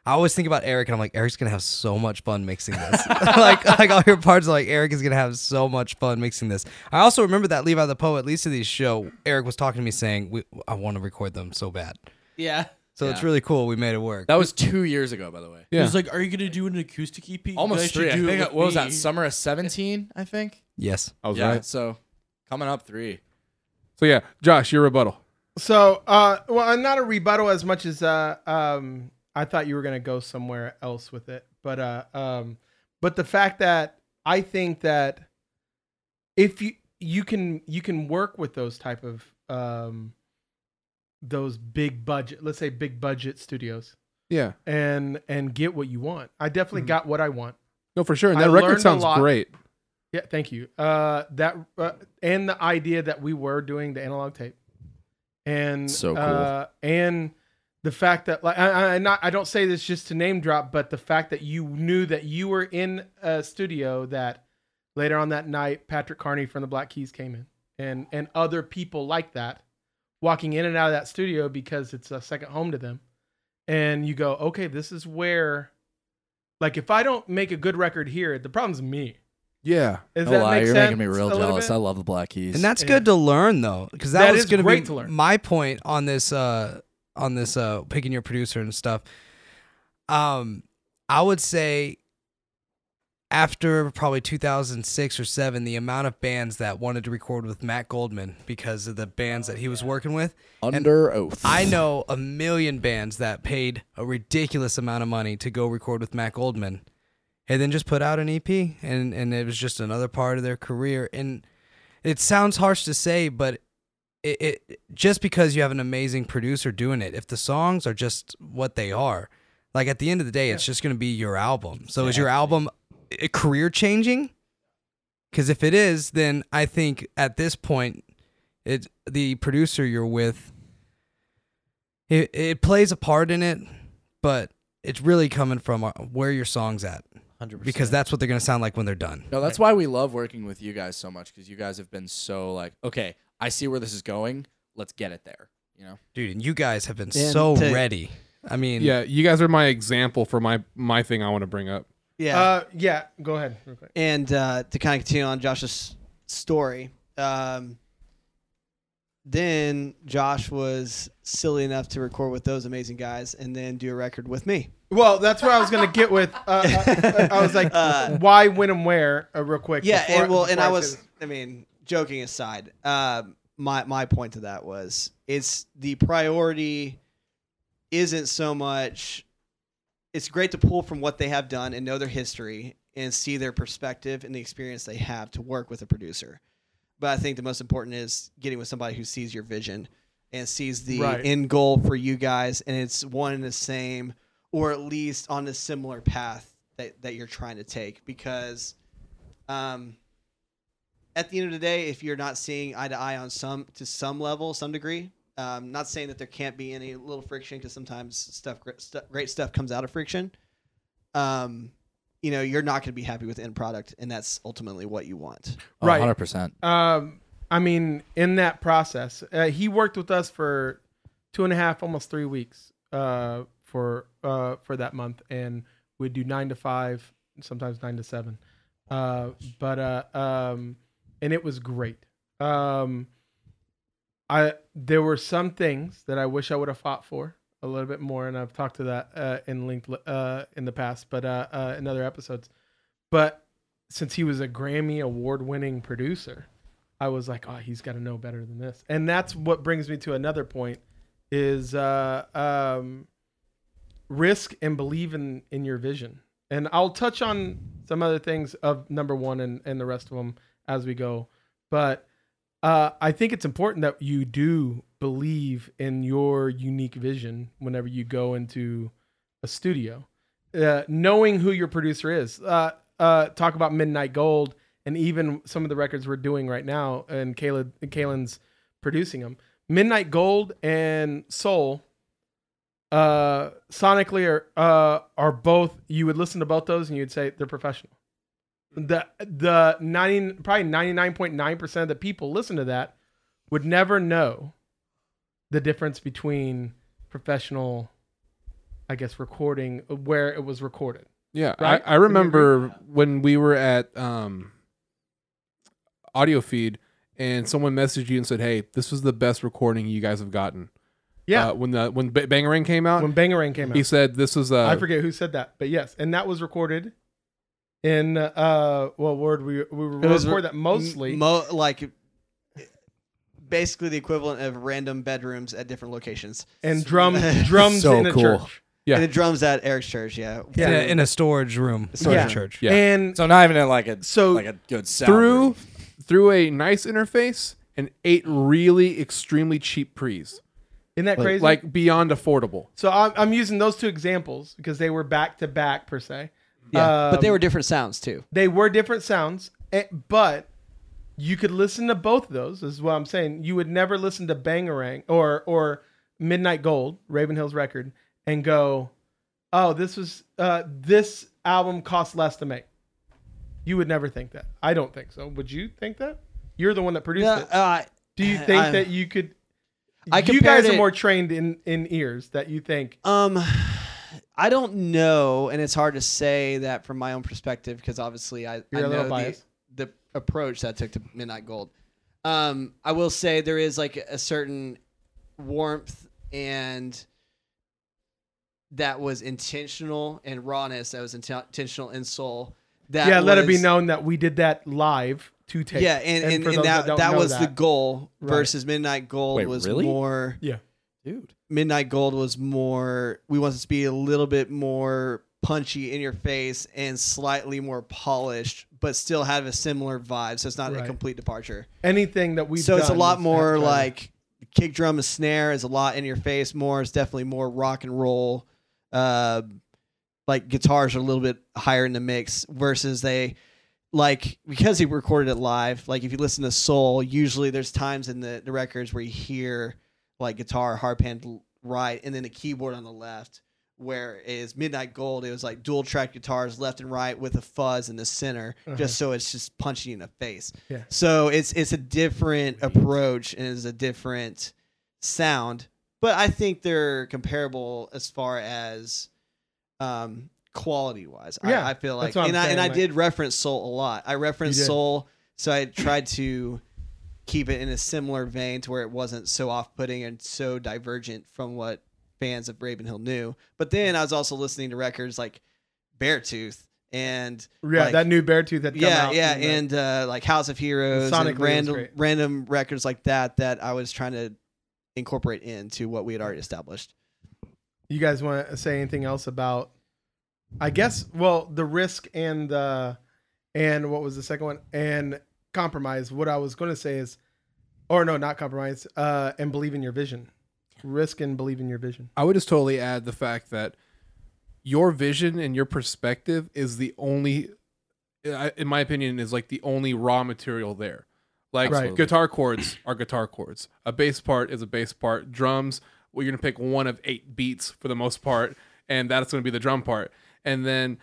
S5: I always think about Eric, and I'm like, Eric's gonna have so much fun mixing this. like, like all your parts, are like Eric is gonna have so much fun mixing this. I also remember that Levi the Poet, Lisa these show, Eric was talking to me saying, we, "I want to record them so bad."
S11: Yeah.
S5: So it's really cool. We made it work.
S6: That was two years ago, by the way.
S4: Yeah.
S11: He was like, "Are you gonna do an acoustic EP? You guys
S6: Almost
S11: should
S6: three. I
S11: do it
S6: think,
S11: with
S6: what was that?
S11: me."
S6: Summer of seventeen, I think.
S5: yes.
S2: Oh,
S4: I was
S6: yeah.
S4: right.
S6: So coming up three.
S4: So, yeah, Josh, your rebuttal.
S2: So, uh, well, I'm not a rebuttal as much as uh, um, I thought you were going to go somewhere else with it, but uh, um, but the fact that I think that if you you can you can work with those type of um, those big budget, let's say big budget studios,
S4: Yeah.
S2: and and get what you want. I definitely
S4: Mhm.
S2: got what I want.
S4: No, for sure. And that
S2: I learned
S4: record
S2: a
S4: sounds
S2: lot.
S4: great.
S2: Yeah, thank you. Uh, that uh, and the idea that we were doing the analog tape, and
S6: So cool.
S2: uh, and the fact that like I, I not I don't say this just to name drop, but the fact that you knew that you were in a studio that later on that night Patrick Carney from the Black Keys came in, and and other people like that walking in and out of that studio because it's a second home to them, and you go, okay, this is where, like, if I don't make a good record here, the problem's me.
S4: Yeah.
S2: Does
S6: No
S2: that
S6: lie,
S2: make
S6: you're
S2: sense
S6: making me real
S2: a little
S6: jealous.
S2: bit?
S6: I love the Black Keys.
S5: And that's
S2: Yeah.
S5: good to learn though, because that,
S2: That
S5: was
S2: is
S5: going
S2: great
S5: be
S2: to learn.
S5: my point on this uh on this uh picking your producer and stuff. Um, I would say after probably 2006 or 7 the amount of bands that wanted to record with Matt Goldman because of the
S2: Oh,
S5: bands that he was working with
S6: under oath.
S5: I know a million bands that paid a ridiculous amount of money to go record with Matt Goldman and then just put out an EP, and and it was just another part of their career. And it sounds harsh to say, but it, it just because you have an amazing producer doing it, if the songs are just what they are, like at the end of the day, it's just going to be your album. So is your album eh, career changing? Because if it is, then I think at this point, it the producer you're with, it, it plays a part in it, but it's really coming from uh, where your song's at
S11: 100%.
S5: because that's what they're going to sound like when they're done.
S6: No, that's why we love working with you guys so much because you guys have been so like, okay, I see where this is going. Let's get it there. You know,
S5: Dude, and you guys have been so
S3: to-
S5: ready. I mean,
S4: Yeah, you guys are my example for my my thing I want to bring up.
S3: Yeah.
S2: Uh, yeah, go ahead. real quick.
S3: And uh, to kind of continue on Josh's story, um, then Josh was silly enough to record with those amazing guys and then do a record with me.
S2: Well, that's where I was gonna get with. Uh, I, I was like,
S3: Uh,
S2: why, when, and where? Uh, real quick.
S3: yeah,
S2: before-
S3: and well, and
S2: before
S3: I
S2: say
S3: was,
S2: this.
S3: I mean, joking aside, uh, my my point to that was it's the priority isn't so much. It's great to pull from what they have done and know their history and see their perspective and the experience they have to work with a producer. But I think the most important is getting with somebody who sees your vision and sees the
S2: Right.
S3: end goal for you guys, and it's one and the same, or at least on a similar path that, that you're trying to take. Because um, at the end of the day, if you're not seeing eye to eye on some to some level, some degree, um, not saying that there can't be any little friction because sometimes stuff gr- stu- great stuff comes out of friction. Um, you know, you're not going to be happy with the end product, and that's ultimately what you want.
S2: Right.
S8: hundred percent.
S2: Um, I mean, in that process, uh, he worked with us for two and a half, almost three weeks uh, for uh, for that month, and we'd do nine to five, sometimes nine to seven. Uh, but uh, um, and it was great. Um, I there were some things that I wish I would have fought for a little bit more, and I've talked to that uh, in linked uh, in the past, but uh, uh, in other episodes. But since he was a Grammy award winning producer, I was like, oh, he's got to know better than this. And that's what brings me to another point is uh, um, risk and believe in, in your vision. And I'll touch on some other things of number one and, and the rest of them as we go. But uh, I think it's important that you do believe in your unique vision whenever you go into a studio. Uh, knowing who your producer is. Uh, uh, talk about Midnight Gold and even some of the records we're doing right now, and Kayla, Kaylin's producing them. Midnight Gold and Soul, uh, sonically are uh, are both. You would listen to both those, and you'd say they're professional. The the ninety probably ninety nine point nine percent of the people listen to that would never know the difference between professional, I guess, recording uh, where it was recorded.
S4: Yeah,
S2: Right?
S4: I, I remember when we were at um, Audio Feed and someone messaged you and said, "Hey, this was the best recording you guys have gotten."
S2: Yeah.
S4: uh, when the when B- Bangarang came out,
S2: when Bangarang came out.
S4: he said, "This was uh,
S2: I forget who said that, but yes, and that was recorded in uh well word we we
S3: It was
S2: record that mostly
S3: mo- like basically the equivalent of random bedrooms at different locations.
S2: and drum drums
S8: So
S2: in a
S8: cool.
S2: church.
S4: Yeah.
S3: And the drums at Eric's church, yeah.
S5: in, a, in a storage room, storage
S2: Yeah.
S5: church.
S4: Yeah.
S2: And
S6: So not even in like a
S2: So-
S6: like a good sound
S4: through
S6: room.
S4: through a nice interface and eight really extremely cheap pre's,
S2: isn't that crazy?
S4: like beyond affordable.
S2: so I'm, I'm using those two examples because they were back to back per se.
S3: Yeah, but they
S2: Um,
S3: were different sounds too.
S2: they were different sounds, eh, but you could listen to both of those. Is what I'm saying. You would never listen to Bangarang or or Midnight Gold, Ravenhill's record, and go, "Oh, this was uh, this album cost less to make." You would never think that. I don't think so. Would you think that? You're the one that produced
S3: No,
S2: it.
S3: uh,
S2: Do you think
S3: I-
S2: that you could?
S3: I
S2: you guys
S3: compared
S2: are
S3: it-
S2: more trained in in ears that you think.
S3: Um, I don't know, and it's hard to say that from my own perspective because obviously I, I
S2: You're a little
S3: know the,
S2: biased.
S3: the approach that I took to Midnight Gold. Um, I will say there is like a certain warmth and that was intentional and rawness that was inten- intentional in soul. That
S2: yeah, let it be
S3: was-
S2: known that we did that live to tape.
S3: Yeah, and, and,
S2: for
S3: and
S2: those
S3: that, that,
S2: don't know
S3: was the goal versus Midnight Gold
S8: Wait,
S3: was
S8: really?
S3: more.
S2: Yeah.
S3: Midnight Gold was more. We wanted to be a little bit more punchy in your face and slightly more polished, but still have a similar vibe. So it's not a
S2: Right.
S3: complete departure.
S2: Anything that we've
S3: so it's a
S2: done
S3: lot
S2: is
S3: more
S2: half-hearted.
S3: like kick drum and snare is a lot in your face more. It's definitely more rock and roll. Uh, like guitars are a little bit higher in the mix versus they like because he recorded it live. Like if you listen to Soul, usually there's times in the, the records where you hear like guitar harp hand l- right and then the keyboard on the left. Whereas Midnight Gold, it was like dual track guitars left and right with a fuzz in the center, just so it's just punching you in the face.
S2: Uh-huh. Yeah.
S3: So it's it's a different approach and it's a different sound, but I think they're comparable as far as um, quality wise.
S2: Yeah,
S3: I, I feel like,
S2: that's what I'm
S3: and I
S2: saying,
S3: and I
S2: like-
S3: did reference Soul a lot. I referenced
S2: You did.
S3: Soul, so I tried to keep it in a similar vein to where it wasn't so off-putting and so divergent from what fans of Ravenhill knew. But then I was also listening to records like Beartooth and
S2: yeah,
S3: like,
S2: that new bear tooth that come
S3: yeah
S2: out
S3: yeah
S2: from the-
S3: and uh, like House of Heroes
S2: Sonic
S3: and
S2: Lee was
S3: random
S2: great.
S3: random records like that that I was trying to incorporate into what we had already established.
S2: you guys want to say anything else about? I guess well, the risk and uh, and what was the second one and compromise. What I was going to say is, or no, not compromise. Uh, and believe in your vision. Risk and believe in your vision.
S4: I would just totally add the fact that your vision and your perspective is the only, I- in my opinion, is like the only raw material there. Like
S2: Right.
S4: guitar chords are guitar chords. A bass part is a bass part. Drums, well, you're gonna pick one of eight beats for the most part, and that's gonna be the drum part. And then,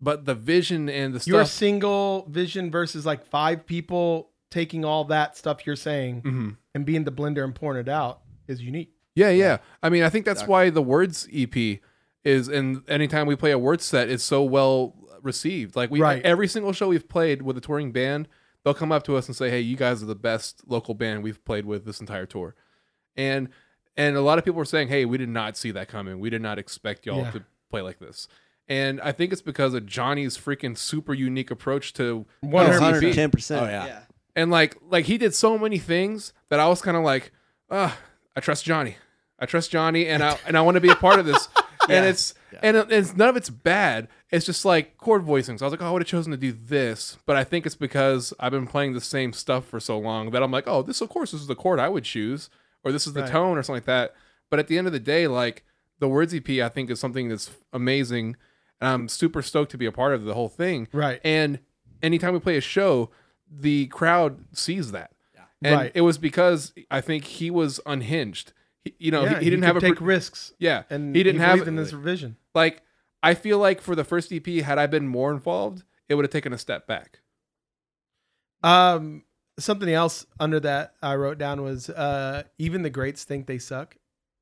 S4: but the vision and the stuff.
S2: Your single vision versus like five people taking all that stuff you're saying
S3: Mm.
S4: Mhm.
S2: and being the blender and pouring it out is unique.
S4: Yeah, yeah. I mean, I think that's why the words EP is, and anytime we play a word set, is so well received. Like we,
S2: Right.
S4: every single show we've played with a touring band, they'll come up to us and say, "Hey, you guys are the best local band we've played with this entire tour," and and a lot of people were saying, "Hey, we did not see that coming. We did not expect y'all
S2: Yeah.
S4: to play like this." And I think it's because of Johnny's freaking super unique approach to
S2: One
S4: his
S2: hundred
S4: EP
S3: Ten percent.
S8: Oh, yeah.
S4: and like like he did so many things that I was kind of like, ah, I trust Johnny. I trust Johnny, and I and I want to be a part of this. And it's and it- it's none of it's bad. It's just like chord voicings. I was like, oh, I would have chosen to do this, but I think it's because I've been playing the same stuff for so long that I'm like, oh, this of course this is the chord I would choose, or this is the
S2: Right.
S4: tone, or something like that. But at the end of the day, like the words EP, I think is something that's amazing, and I'm super stoked to be a part of the whole thing.
S2: Right.
S4: And anytime we play a show, the crowd sees that. And
S2: Right.
S4: it was because I think he was unhinged. He, you know,
S2: Yeah,
S4: he, he didn't
S2: could
S4: have a
S2: take
S4: pr-
S2: risks.
S4: yeah,
S2: And
S4: he didn't have
S2: believed in this vision.
S4: like I feel like for the first EP, had I been more involved, it would have taken a step back.
S2: Um, something else under that I wrote down was uh, even the greats think they suck,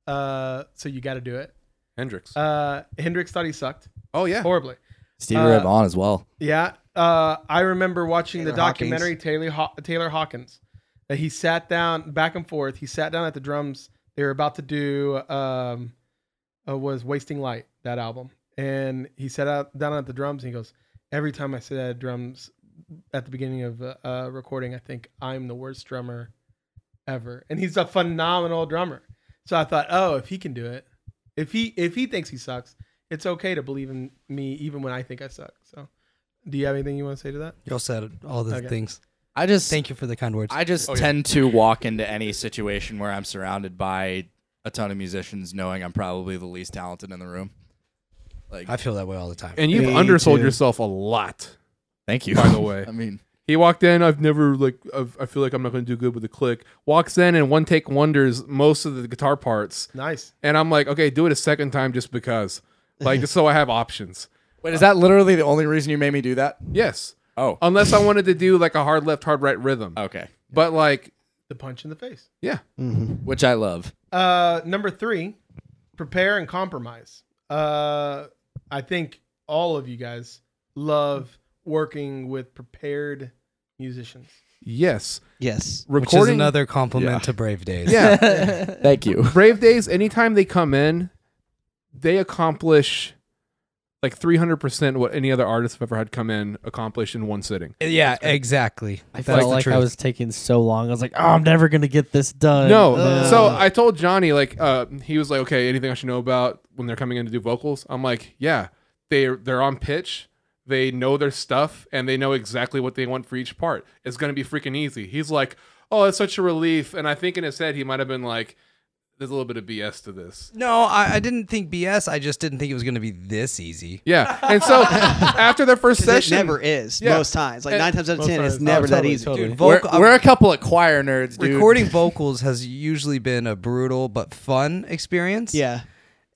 S2: uh, so you got to do it.
S4: Hendrix.
S2: Uh, Hendrix thought he sucked
S4: oh yeah,
S2: horribly.
S8: Stevie
S2: Uh,
S8: Ray Vaughan as well.
S2: Yeah, uh, I remember watching the
S3: Taylor Hawkins.
S2: documentary Taylor Haw- Taylor Hawkins. That he sat down back and forth. He sat down at the drums. They were about to do um, uh, was Wasting Light that album, and he sat out down at the drums and he goes, "Every time I sit at drums at the beginning of a uh, recording, I think I'm the worst drummer ever." And he's a phenomenal drummer. So I thought, oh, if he can do it, if he if he thinks he sucks, it's okay to believe in me even when I think I suck. So, do you have anything you want to say to that?
S5: Y'all said all the
S2: Okay.
S5: things.
S8: I just
S5: Thank you for the kind words.
S6: I just
S4: Oh, yeah.
S6: tend to walk into any situation where I'm surrounded by a ton of musicians, knowing I'm probably the least talented in the room. Like,
S5: I feel that way all the time.
S4: and you've
S3: Me
S4: undersold
S3: too.
S4: yourself a lot.
S6: thank you.
S4: By the way.
S6: I mean,
S4: He walked in. I've never like. I've, I feel like I'm not going to do good with the click. Walks in and one take wonders most of the guitar parts,
S2: Nice.
S4: and I'm like, okay, do it a second time just because, like, just so I have options.
S6: wait, is that literally the only reason you made me do that?
S4: Yes,
S6: Oh,
S4: unless I wanted to do like a hard left, hard right
S5: Oh,
S4: rhythm.
S6: okay.
S4: But like,
S2: The punch in the face.
S4: yeah,
S6: Which I love.
S2: Uh, number three, prepare and compromise. Uh, I think all of you guys love working with prepared musicians.
S4: yes,
S3: Yes.
S4: recording
S5: Which is another compliment to Brave Days.
S4: Yeah,
S8: Thank you.
S4: Brave Days. Anytime they come in, they accomplish like 300 percent what any other artist I've ever had come in accomplish in one sitting.
S5: Yeah, exactly.
S11: I
S5: That's
S11: felt
S5: the
S11: like I
S5: truth.
S11: was taking so long. I was like, oh, I'm never gonna get this done.
S4: No.
S11: Ugh.
S4: so I told uh, Johnny, like, uh, he was like, okay, anything I should know about when they're coming in to do vocals? I'm like, yeah, they they're on pitch. They know their stuff and they know exactly what they want for each part. It's gonna be freaking easy. He's like, oh, it's such a relief. And I think in his head he might have been like, there's a little bit of BS to this.
S5: No, I, I didn't think BS. I just didn't think it was going to be this easy.
S4: Yeah. And so after their first
S3: 'Cause it
S4: session,
S3: never is.
S4: Yeah.
S3: Most times, like
S4: And-
S3: nine times out of
S2: Eh, Most
S3: ten, it's
S2: times.
S3: never
S2: Oh,
S3: that
S2: totally,
S3: easy.
S2: totally.
S5: Dude,
S6: We're,
S5: vocal, uh,
S6: we're a couple of choir nerds, dude.
S5: recording vocals has usually been a brutal but fun experience.
S3: Yeah,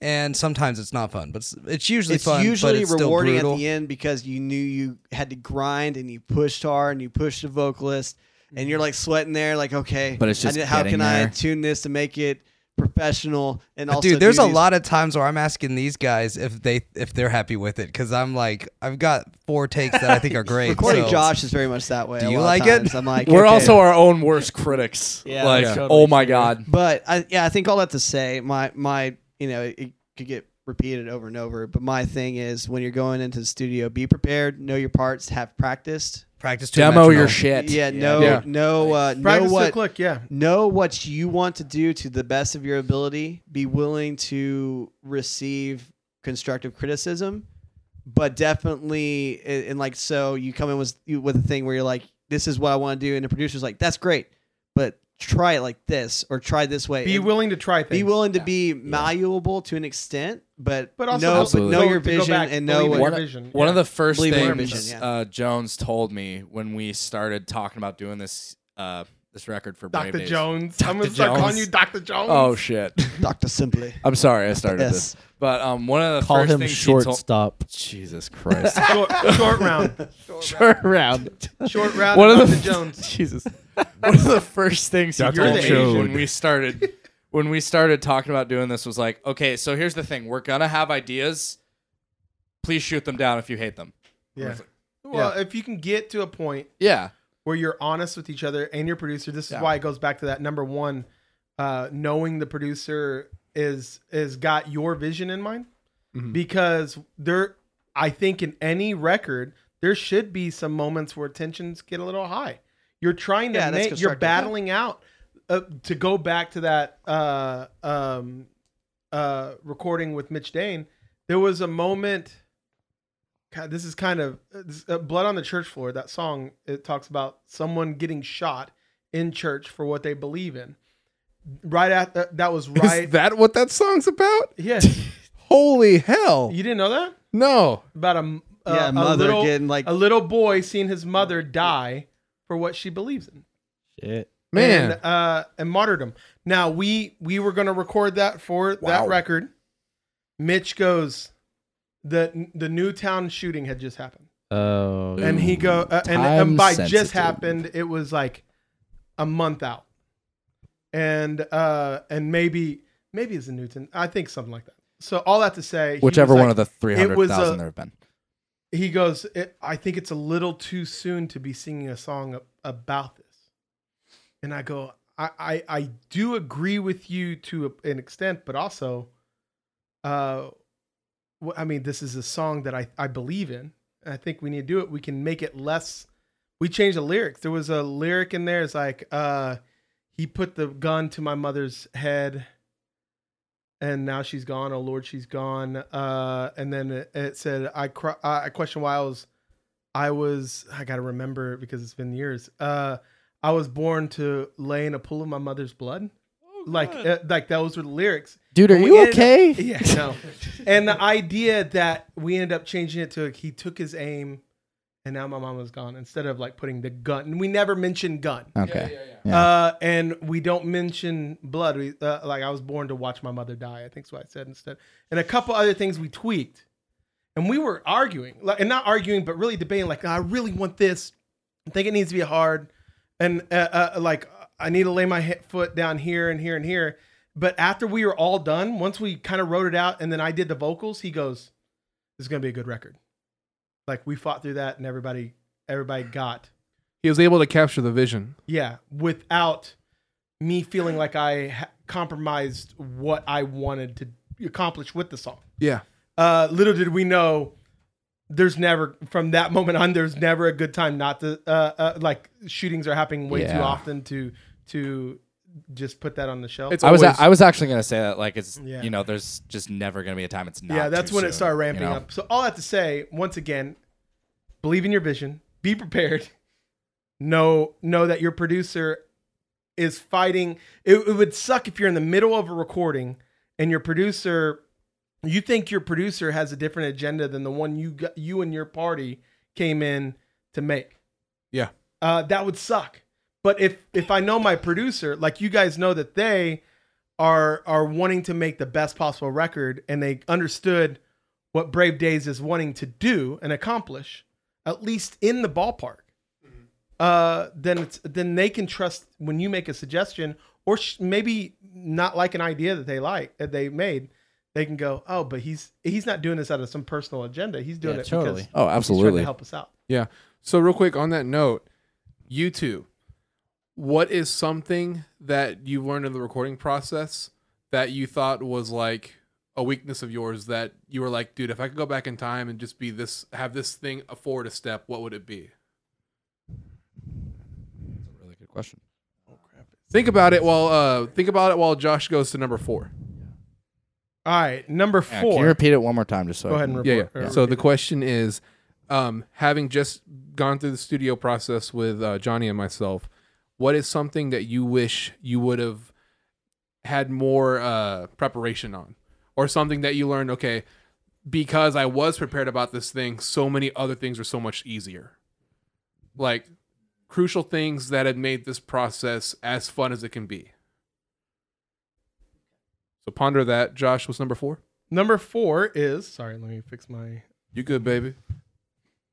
S5: and sometimes it's not fun, but it's, it's usually
S3: it's
S5: fun.
S3: usually
S5: but it's
S3: rewarding
S5: still brutal.
S3: at the end because you knew you had to grind and you pushed hard and you pushed the vocalist and
S5: Mm-hmm.
S3: you're like sweating there, like okay,
S6: But it's just
S3: I did- how
S6: getting
S3: can I
S6: there.
S3: tune this to make it professional and
S5: But
S3: also
S5: Dude, there's
S3: do
S5: a
S3: these-
S5: lot of times where I'm asking these guys if they if they're happy with it because I'm like I've got four takes that I think are great.
S3: Recording
S5: so-
S3: Josh is very much that way.
S5: Do
S3: a
S5: you
S3: lot of
S5: like it?
S3: times. I'm like,
S6: We're
S3: okay.
S6: also our own worst critics.
S3: Yeah,
S6: like,
S3: yeah.
S6: oh my god.
S3: But I, yeah, I think all that to say, my my, you know, it, could get repeated over and over. But my thing is, when you're going into the studio, be prepared, know your parts, have practiced.
S5: practice to a
S6: Demo your
S5: metronome.
S6: shit.
S3: Yeah, know
S4: Yeah.
S3: know uh, know
S2: Practice the
S3: what
S2: click, yeah.
S3: know what you want to do to the best of your ability. Be willing to receive constructive criticism, but definitely, and and like so, you come in with you- with a thing where you're like, "This is what I want to do," and the producer's like, "That's great, but try it like this or try this way."
S2: Be
S3: And
S2: willing to try things.
S3: be willing to be malleable to an extent, but
S2: but also
S3: know,
S2: Absolutely.
S3: know your
S2: to go
S3: vision
S2: back,
S3: and
S2: believe
S3: know
S2: in
S3: what.
S2: your
S6: One of-
S2: vision.
S6: One
S2: yeah.
S6: of the first
S3: Believe in your
S6: things
S3: vision, yeah.
S6: uh, Jones told me when we started talking about doing this uh, this record for Brave
S2: Dr.
S6: Days-
S2: Jones. I'm
S6: Dr.
S2: gonna start calling
S6: Jones.
S2: you Dr. Jones.
S6: Oh shit!
S3: Doctor Simply.
S6: I'm sorry I started
S3: Yes.
S6: this, but um, one of the
S9: Call
S6: first
S9: him
S6: things he told.
S9: shortstop.
S6: Jesus Christ!
S2: short, short round.
S6: Turn around.
S2: Short round.
S6: One
S2: One
S6: of
S2: of
S6: the-
S2: Dr. Jones.
S6: Jesus. One of the first things he
S2: Dr.
S6: told me
S2: Jones.
S6: when we started when we started talking about doing this was like, okay, so here's the thing: we're gonna have ideas. Please shoot them down if you hate them.
S2: Yeah. Well, if you can get to a point
S6: Yeah,
S2: where you're honest with each other and your producer, this is
S6: Yeah.
S2: why it goes back to that number one, uh, knowing the producer is is got your vision in mind,
S3: Mm-hmm.
S2: because there, I think in any record there should be some moments where tensions get a little high. You're trying to
S3: Yeah, that's
S2: make, you're
S3: constructive.
S2: battling out. Uh, to go back to that uh, um, uh, recording with Mitch Dane, there was a moment. God, this is kind of this, uh, blood on the church floor. That song it talks about someone getting shot in church for what they believe in. Right at uh, that was right.
S4: Is that what that song's about?
S2: yes,
S4: Holy hell!
S2: you didn't know that
S4: No,
S2: about a m- a-
S3: yeah,
S2: a
S3: mother
S2: little,
S3: getting like
S2: a little boy seeing his mother die for what she believes in.
S9: Shit.
S4: man.
S2: and, uh, and martyrdom. Now we we were gonna record that for that record. Mitch goes, the the Newtown shooting had just happened,
S9: Oh.
S2: and he go uh, and,
S8: time
S2: and by just
S8: sensitive.
S2: happened, it was like a month out, and uh and maybe maybe it's a Newton, I think something like that. So all that to say,
S6: whichever one
S2: of the
S6: of the three hundred thousand there have been.
S2: he goes, it, I think it's a little too soon to be singing a song ab- about this. And I go, I, I, I do agree with you to a, an extent, but also, uh, wh- I mean, this is a song that I, I believe in. And I think we need to do it. We can make it less. We changed the lyrics. There was a lyric in there. It's like, uh, he put the gun to my mother's head and now she's gone. Oh Lord, she's gone. Uh, and then it, it said, I cr- I I question why I was, I was, I gotta remember because it's been years. Uh, I was born to lay in a pool of my mother's blood. like, uh, like those were the lyrics.
S9: Dude, are
S2: And we
S9: you
S2: ended up-
S9: okay?
S2: yeah, no. and the idea that we ended up changing it to he took his aim, and now my mom was gone. Instead of like putting the gun, and we never mentioned gun.
S8: Okay.
S2: Uh, and we don't mention blood. We, uh, like I was born to watch my mother die. I think's what I said instead. And a couple other things we tweaked, and we were arguing, like, and not arguing, but really debating. Like I really want this. I think it needs to be hard, and uh, uh, like I need to lay my he- foot down here and here and here. But after we were all done, once we kind of wrote it out, and then I did the vocals, he goes, "This is gonna be a good record." Like we fought through that, and everybody, everybody got
S4: he was able to capture the vision.
S2: yeah, without me feeling like I ha- compromised what I wanted to accomplish with the song.
S4: Yeah.
S2: Uh, little did we know, there's never from that moment on. There's never a good time not to uh, uh like shootings are happening way too
S8: Yeah.
S2: often to to just put that on the shelf.
S4: It's
S8: I was
S4: always-
S8: I was actually gonna say that like it's
S2: Yeah.
S8: you know there's just never gonna be a time it's not.
S2: yeah, that's
S8: too
S2: when
S8: soon,
S2: it started ramping
S8: you know?
S2: up. So all I have to say, once again, believe in your vision, be prepared. Know know that your producer is fighting. It, it would suck if you're in the middle of a recording and your producer, you think your producer has a different agenda than the one you got, you and your party came in to make.
S4: Yeah.
S2: uh, that would suck. But if if I know my producer, like you guys know that they are are wanting to make the best possible record and they understood what Brave Days is wanting to do and accomplish, at least in the ballpark, uh, then it's then they can trust when you make a suggestion or sh- maybe not like an idea that they like that they made, they can go, oh, but he's he's not doing this out of some personal agenda. He's doing
S9: Yeah,
S2: it
S9: totally.
S2: because
S8: Oh,
S2: he's trying to
S8: absolutely.
S2: help us out.
S4: Yeah. So real quick on that note, you two, what is something that you learned in the recording process that you thought was like a weakness of yours that you were like, dude, if I could go back in time and just be this, have this thing afford a step, what would it be?
S8: Really good question.
S4: Think about it while uh, think about it while Josh goes to number four.
S2: All right, number
S8: Yeah, can you
S2: four.
S8: repeat it one more time just so
S2: Go
S8: I
S2: ahead
S8: can-
S2: and report.
S4: Yeah, yeah.
S2: or
S4: So
S2: repeat.
S4: the question is, um, having just gone through the studio process with uh, Johnny and myself, what is something that you wish you would have had more uh, preparation on, or something that you learned? Okay, because I was prepared about this thing, so many other things are so much easier. Like crucial things that have made this process as fun as it can be. So ponder that. Josh, what's number four?
S2: Number four is sorry, let me fix my.
S4: You good, baby?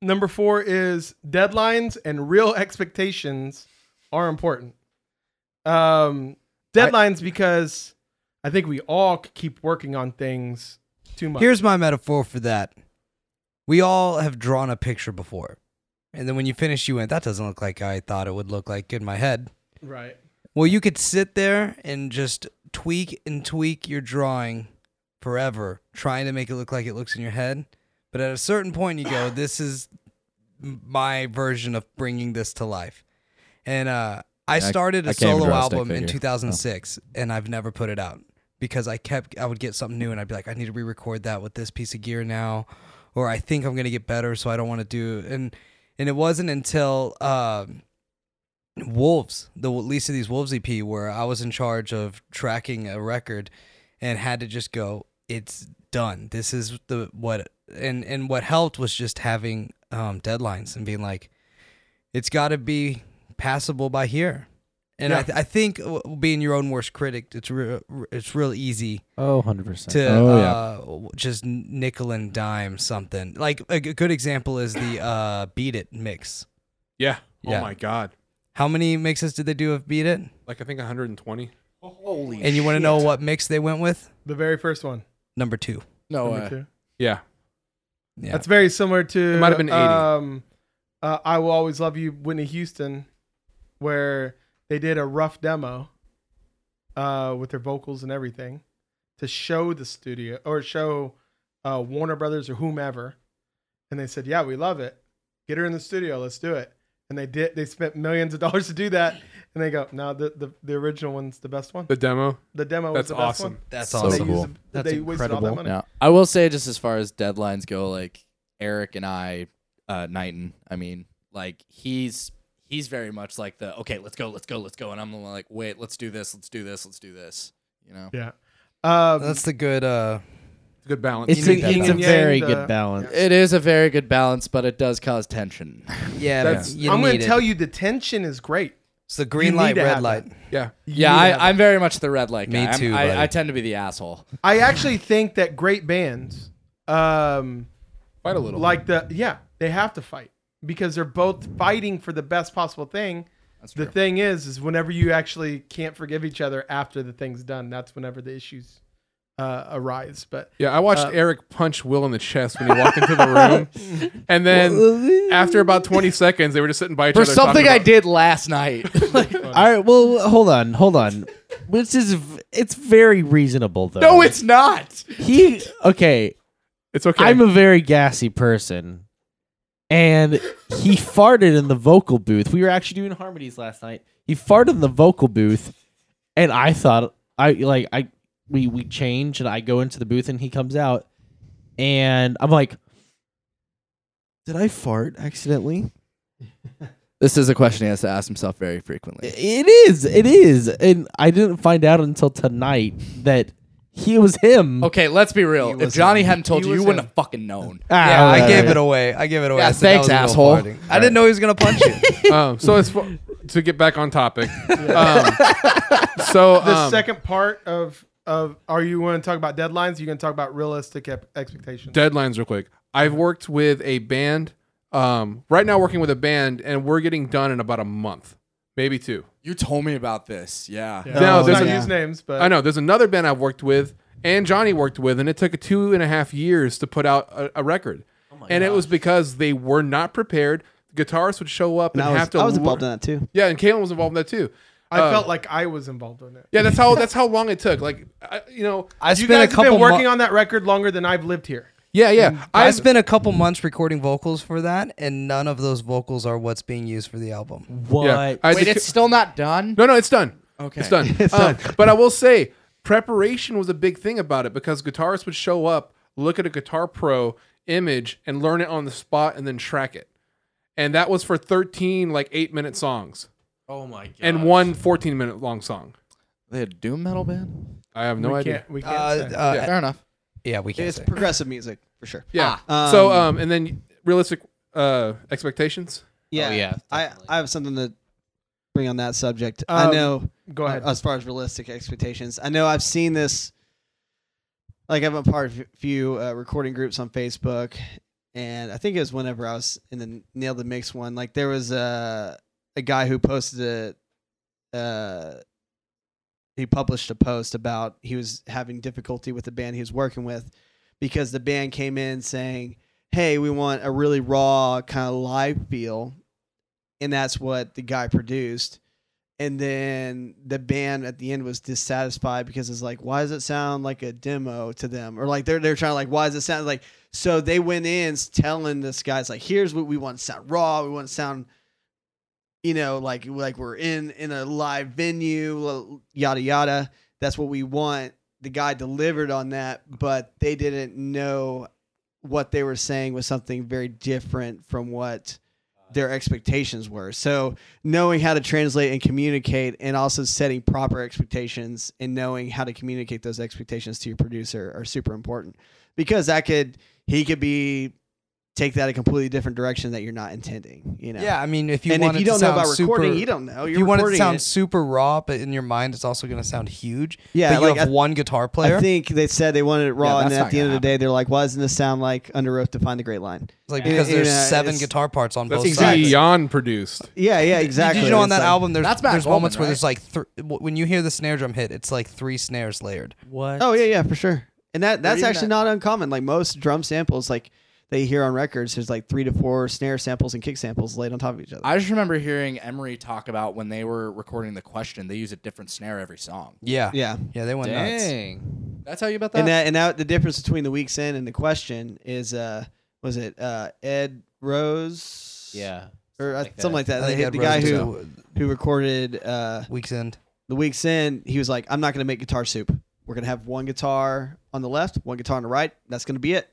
S2: Number four is deadlines and real expectations are important. Um, deadlines because I think we all c- keep working on things too much.
S5: Here's my metaphor for that. We all have drawn a picture before. And then when you finish, you went, that doesn't look like I thought it would look like in my head.
S2: right.
S5: Well, you could sit there and just tweak and tweak your drawing forever, trying to make it look like it looks in your head. But at a certain point, you go, this is m- my version of bringing this to life. And uh, I started a
S8: I can't even
S5: solo
S8: draw a stick
S5: album in
S8: figure.
S5: 2006, and I've never put it out because I kept, I would get something new and I'd be like, I need to re record that with this piece of gear now, or I think I'm going to get better, so I don't want to do And, and it wasn't until. Um, Wolves, the least of these Wolves EP, where I was in charge of tracking a record and had to just go, it's done. This is the what and and what helped was just having um, deadlines and being like, it's got to be passable by here. And I, th- I think w- being your own worst critic, it's re- re- it's real easy
S9: Oh, 100%.
S5: to
S8: Oh, yeah.
S5: uh, w- just nickel and dime something. Like a g- good example is the uh, Beat It mix.
S4: Yeah.
S5: Yeah.
S4: Oh my god.
S5: How many mixes did they do of Beat It?
S4: Like I think 120.
S5: And you want to know what mix they went with?
S2: The very first one.
S5: Number two.
S6: Oh,
S8: No
S2: number
S6: uh,
S8: way.
S2: two.
S4: Yeah.
S5: Yeah.
S2: That's very similar to.
S4: It might have been 80.
S2: Um, uh, I will always love you, Whitney Houston, where they did a rough demo, uh, with their vocals and everything, to show the studio or show, uh, Warner Brothers or whomever, and they said, "Yeah, we love it. Get her in the studio. Let's do it." And they did. They spent millions of dollars to do that, and they go, "No, the the, the original one's the best one.
S4: The demo.
S2: The demo was
S4: That's
S2: Oh, the best
S4: awesome.
S2: one."
S5: That's
S8: So
S5: awesome.
S2: they
S8: cool.
S2: used-
S11: That's
S2: they wasted all that
S11: incredible.
S2: money.
S8: Yeah. I will say just as far as deadlines go, like Eric and I, uh Knighton, I mean, like he's he's very much like the okay, let's go, let's go, let's go. And I'm the one like, wait, let's do this, let's do this, let's do this. You know?
S2: Yeah. Um,
S5: That's the good. Uh,
S4: It's a good balance.
S11: It's,
S5: You need
S11: a,
S5: that
S11: it's a
S2: balance.
S11: very
S2: Yeah, the-
S11: good balance.
S8: It is a very good balance, but it does cause tension.
S5: yeah,
S4: That's-
S5: you
S2: I'm going
S5: need
S2: to
S5: it.
S2: tell you the tension is great.
S5: It's the
S2: you
S5: green
S2: need
S5: light,
S2: to
S5: red
S2: have
S5: light.
S4: yeah.
S8: Yeah, I, I'm very much the red light
S5: Me
S8: guy. I'm-
S5: too, buddy.
S8: I, I tend to be the asshole.
S2: I actually think that great bands, um,
S4: Fight a little.
S2: like the yeah, they have to fight because they're both fighting for the best possible thing.
S8: That's
S2: The
S8: true.
S2: thing is, is whenever you actually can't forgive each other after the thing's done, that's whenever the issues uh, arise. But
S4: yeah, I watched
S2: uh,
S4: Eric punch Will in the chest when he walked into the room, and then
S11: Uh,
S4: after about 20 seconds, they were just sitting by each
S8: For
S4: other. talking
S8: something I
S4: about-
S8: did last night.
S11: All right, well, hold on, hold on. Which is v- it's very reasonable though.
S8: no, it's not.
S11: he okay.
S4: It's okay.
S11: I'm a very gassy person, and he farted in the vocal booth. We were actually doing harmonies last night. He farted in the vocal booth, And I thought I like I we we change and I go into the booth and he comes out and I'm like did I fart accidentally?
S6: This is a question he has to ask himself very frequently.
S11: It is. It is. And I didn't find out until tonight that he was him.
S6: Okay, let's be real. If Johnny hadn't told you, you wouldn't have fucking known.
S11: Ah,
S5: Yeah, I
S11: whatever.
S5: gave it away. I gave it away.
S6: Yeah,
S5: I said that
S6: thanks,
S5: was a little
S6: asshole.
S5: farting. I didn't know he was gonna punch you.
S4: um, so as far, to get back on topic, um, so
S2: the
S4: um,
S2: second part of of are you going to talk about deadlines? You're going to talk about realistic ep- expectations.
S4: deadlines real quick. I've worked with a band. Um, right now, working with a band, and we're getting done in about a month, maybe two.
S6: You told me about this. Yeah.
S4: No,
S2: Let's
S4: there's
S2: not
S4: a-
S2: use names, but
S4: I know there's another band I've worked with, and Johnny worked with, and it took two and a half years to put out a, a record,
S5: Oh
S4: and it was because they were not prepared. The guitarist would show up
S3: And
S4: and,
S3: I was,
S4: have to.
S3: I was
S4: wor-
S3: involved in that too.
S4: Yeah, and Caitlin was involved in that too.
S2: I
S4: Uh,
S2: felt like I was involved in it.
S4: Yeah, that's how that's how long it took. Like, I, you know,
S5: I
S2: You
S5: spent
S2: guys
S5: a couple
S2: have been working
S5: mo-
S2: on that record longer than I've lived here.
S4: yeah, yeah.
S5: I
S4: I've-
S5: spent a couple months recording vocals for that, and none of those vocals are what's being used for the album.
S11: What?
S4: yeah, I
S6: Wait,
S4: did-
S6: it's still not done?
S4: No, no, it's done.
S6: Okay.
S4: It's done. Um, but I will say, preparation was a big thing about it because guitarists would show up, look at a Guitar Pro image, and learn it on the spot and then track it. And that was for 13, like eight minute songs
S11: Oh my god.
S4: and one 14 minute long song.
S6: They had a doom metal band?
S4: I have no
S2: we
S4: idea.
S2: can't. We
S5: Uh,
S2: can't.
S5: uh,
S2: say.
S5: yeah.
S6: Fair enough.
S5: we can't.
S3: It's
S5: Say.
S3: progressive music for sure.
S4: Yeah.
S3: Ah.
S4: so,
S3: Um,
S4: um, and then realistic uh expectations.
S3: Yeah,
S11: Oh, yeah,
S3: I
S11: definitely.
S3: I have something to bring on that subject.
S2: Um,
S3: I know
S2: Go ahead.
S3: As far as realistic expectations, I know I've seen this. Like I'm a part of a few uh, recording groups on Facebook, and I think it was whenever I was in the Nail the Mix one. Like there was a a guy who posted a, uh, he published a post about he was having difficulty with the band he was working with because the band came in saying, "Hey, we want a really raw kind of live feel," and that's what the guy produced and then the band at the end was dissatisfied because it's like why does it sound like a demo to them or like they're they're trying to like why does it sound like so they went in s- telling this guy's like here's what we want to sound raw we want to sound you know like like we're in in a live venue l- yada yada that's what we want the guy delivered on that but they didn't know what they were saying was something very different from what their expectations were so knowing how to translate and communicate and also setting proper expectations and knowing how to communicate those expectations to your producer are super important because that could he could be take that a completely different direction that you're not intending you know
S5: Yeah, I mean, if you
S3: and
S5: want
S3: if you
S5: it to
S3: don't know
S5: sound
S3: about recording
S5: super-
S3: you don't know
S5: if
S3: you're
S5: you want it to
S3: recording
S5: sound
S3: it.
S5: super raw, but in your mind, it's also gonna sound huge.
S3: yeah
S5: but you
S3: like
S5: have
S3: I,
S5: one guitar player.
S3: I think they said they wanted it raw
S6: Yeah,
S3: and
S6: that's
S3: at
S6: not
S3: the end
S6: gonna
S3: of the day they're like why doesn't this sound like under oath to find the great line
S5: It's like
S3: Yeah.
S5: because
S3: Yeah,
S5: there's
S3: yeah,
S5: seven
S3: it's-
S5: guitar parts on both
S2: Exactly.
S5: sides.
S4: Beyond produced.
S3: yeah yeah exactly
S5: Did you know on
S3: It's
S5: that
S3: like-
S5: album there's
S6: That's Matt
S5: there's
S6: Goldman,
S5: moments where
S6: right?
S5: there's like thr- w when you hear the snare drum hit, it's like three snares layered.
S11: What?
S3: Oh yeah, yeah, for sure. And that that's
S6: even
S3: actually not uncommon. Like most drum samples, like that you hear on records, there's like three to four snare samples and kick samples laid on top of each other.
S6: I just remember hearing Emery talk about when they were recording the question, they use a different snare every song.
S5: Yeah,
S3: yeah,
S5: yeah, they went nuts.
S6: Did I tell you about that?
S3: and that and that the difference between the week's end and the question is uh was it uh Ed Rose
S9: Yeah.
S3: or uh,
S9: Like that.
S3: something like that.
S5: I think
S3: The-
S5: Ed
S3: the guy
S5: Rose
S3: who
S5: was
S3: who recorded uh
S5: a Week's End.
S3: the week's end, he was like, I'm not going to make guitar soup. We're going to have one guitar on the left, one guitar on the right. That's going to be it.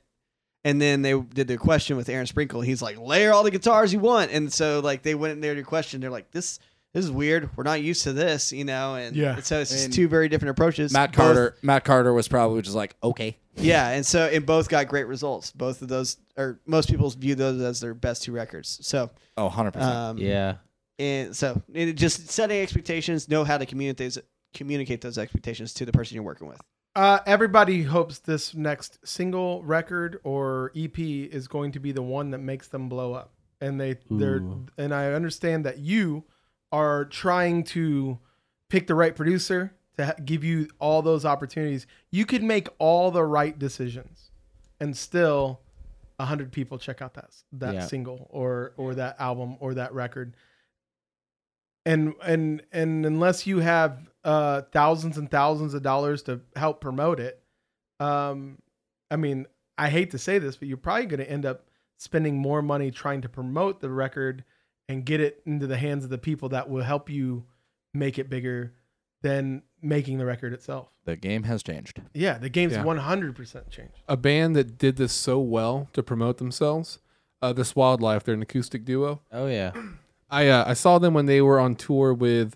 S3: And then they did their question with Aaron Sprinkle. He's like, layer all the guitars you want. And so like they went in there to question. They're like, this this is weird. We're not used to this, you know. And
S2: Yeah.
S3: so it's just
S6: And
S3: two very different approaches.
S6: Matt
S3: Both-
S6: Carter Matt Carter was probably just like, okay.
S3: yeah, and so and both got great results. Both of those, or most people view those as their best two records. So
S6: Oh, 100%.
S5: Hmm.
S3: um,
S9: Yeah.
S3: and so and it just setting expectations, know how to communicate those, communicate those expectations to the person you're working with.
S2: Uh, everybody hopes this next single record or EP is going to be the one that makes them blow up, and they they're
S9: Ooh.
S2: and I understand that you are trying to pick the right producer to ha- give you all those opportunities. You could make all the right decisions, and still, a hundred people check out that s- that
S9: Yeah.
S2: single or or that album or that record. And and and unless you have uh, thousands and thousands of dollars to help promote it, um, I mean, I hate to say this, but you're probably going to end up spending more money trying to promote the record and get it into the hands of the people that will help you make it bigger than making the record itself.
S8: The game has changed.
S2: Yeah, the game's
S4: Yeah.
S2: one hundred percent changed.
S4: a band that did this so well to promote themselves. Uh, this Wildlife, they're an acoustic duo.
S11: Oh yeah.
S4: I uh, I saw them when they were on tour with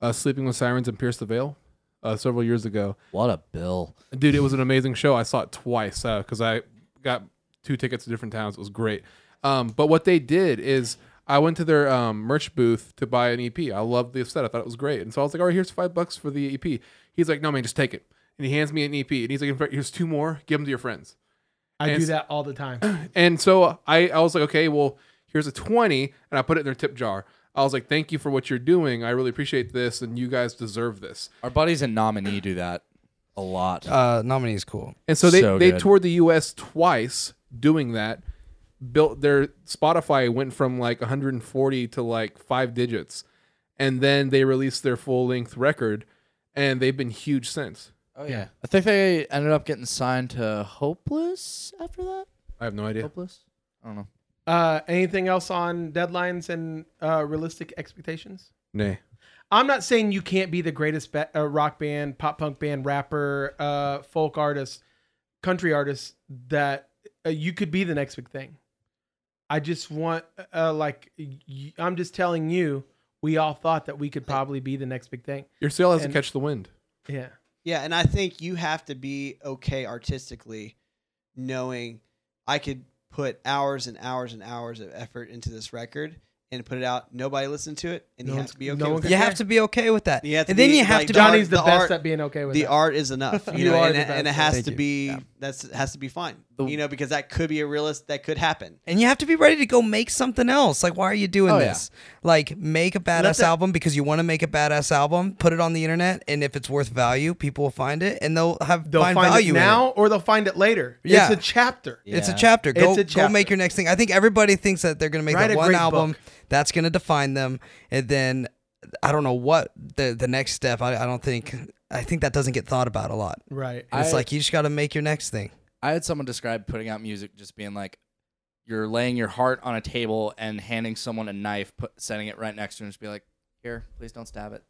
S4: uh, Sleeping with Sirens and Pierce the Veil uh, several years ago.
S8: What a bill.
S4: Dude, it was an amazing show. I saw it twice because I got two tickets to different towns. It was great. Um, but what they did is I went to their um, merch booth to buy an EP. I loved the set. I thought it was great. And so I was like, all right, here's five bucks for the EP. He's like, no, man, just take it. And he hands me an EP. And he's like, "In fact, here's two more. Give them to your friends.
S2: I
S4: And
S2: do
S4: s-
S2: that all the time.
S4: And so I, I was like, okay, well, here's a 20. And I put it in their tip jar. I was like, thank you for what you're doing. I really appreciate this. And you guys deserve this.
S8: Our buddies in nominee do that a lot.
S5: Uh, nominee is cool.
S4: And so they,
S8: So
S4: they
S8: good.
S4: toured the US twice doing that. Built their Spotify went from like 140 to like five digits. And then they released their full length record. And they've been huge since.
S11: Oh yeah.
S8: I think they ended up getting signed to Hopeless after that.
S4: I have no idea.
S8: Hopeless? I don't know.
S2: Uh, anything else on deadlines and uh, realistic expectations?
S4: Nay.
S2: I'm not saying you can't be the greatest ba- uh, rock band, pop punk band, rapper, uh, folk artist, country artist. That uh, you could be the next big thing. I just want, uh, like, y- I'm just telling you, we all thought that we could probably be the next big thing.
S4: Your sail has to
S2: And-
S4: catch the wind.
S2: Yeah.
S3: Yeah, and I think you have to be okay artistically, knowing I could put hours and hours and hours of effort into this record and put it out. Nobody listened to it, and
S2: No
S3: you
S2: one's-
S3: have to be
S2: no
S3: okay.
S2: one's
S3: with
S5: You
S3: that.
S5: have to be okay with that.
S3: You have to
S5: and then
S3: be,
S5: you have
S3: like,
S5: to be.
S3: John-
S2: Johnny's the,
S3: the
S2: best
S3: art-
S2: at being okay with
S3: the
S2: that.
S3: art is enough, you,
S2: You
S3: know,
S2: are
S3: and,
S2: the
S3: and it
S2: best.
S3: has
S5: Thank
S3: to
S5: you.
S3: be
S5: Yeah.
S3: that's has to be fine, you know, because that could be a realist that could happen.
S5: and you have to be ready to go make something else. Like, why are you doing
S8: Oh, yeah.
S5: this? Like, make a badass
S2: that-
S5: album because you want to make a badass album. Put it on the internet, and if it's worth value, people will find it, and they'll have
S2: They'll find,
S5: value
S2: it
S5: in
S2: now, or they'll find it later.
S5: Yeah.
S2: It's a chapter.
S5: It's a
S11: Yeah.
S5: chapter. Go,
S2: It's a
S5: go make
S2: chapter.
S5: your next thing. I think everybody thinks that they're gonna make
S2: Write
S5: that
S2: a
S5: one
S2: great
S5: album
S2: book.
S5: that's gonna define them, and then I don't know what the the next step. I, I don't think I think that doesn't get thought about a lot.
S2: Right.
S5: And it's
S8: I-
S5: like you just got to make your next thing.
S8: I had someone describe putting out music just being like you're laying your heart on a table and handing someone a knife, put, setting it right next to him, and just be like, "Here, please don't stab it."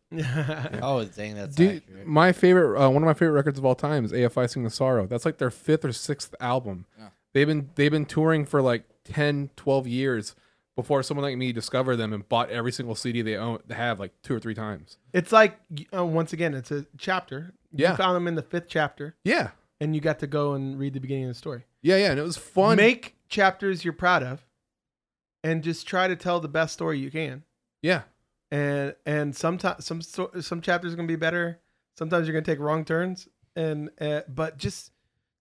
S11: Oh dang, that's
S4: Dude,
S11: accurate.
S4: my favorite, uh, one of my favorite records of all time is AFI Sing the Sorrow. That's like their fifth or sixth album.
S8: Yeah.
S4: They've been they've been touring for like 10, 12 years before someone like me discovered them and bought every single CD they own they have like two or three times.
S2: It's like uh, once again, it's a chapter.
S4: Yeah.
S2: You found them in the fifth chapter,
S4: Yeah,
S2: and you got to go and read the beginning of the story.
S4: yeah, yeah, and it was fun.
S2: Make chapters you're proud of, and just try to tell the best story you can.
S4: yeah,
S2: And and sometimes some sto- some chapters are gonna be better. Sometimes you're gonna take wrong turns, and uh, but just,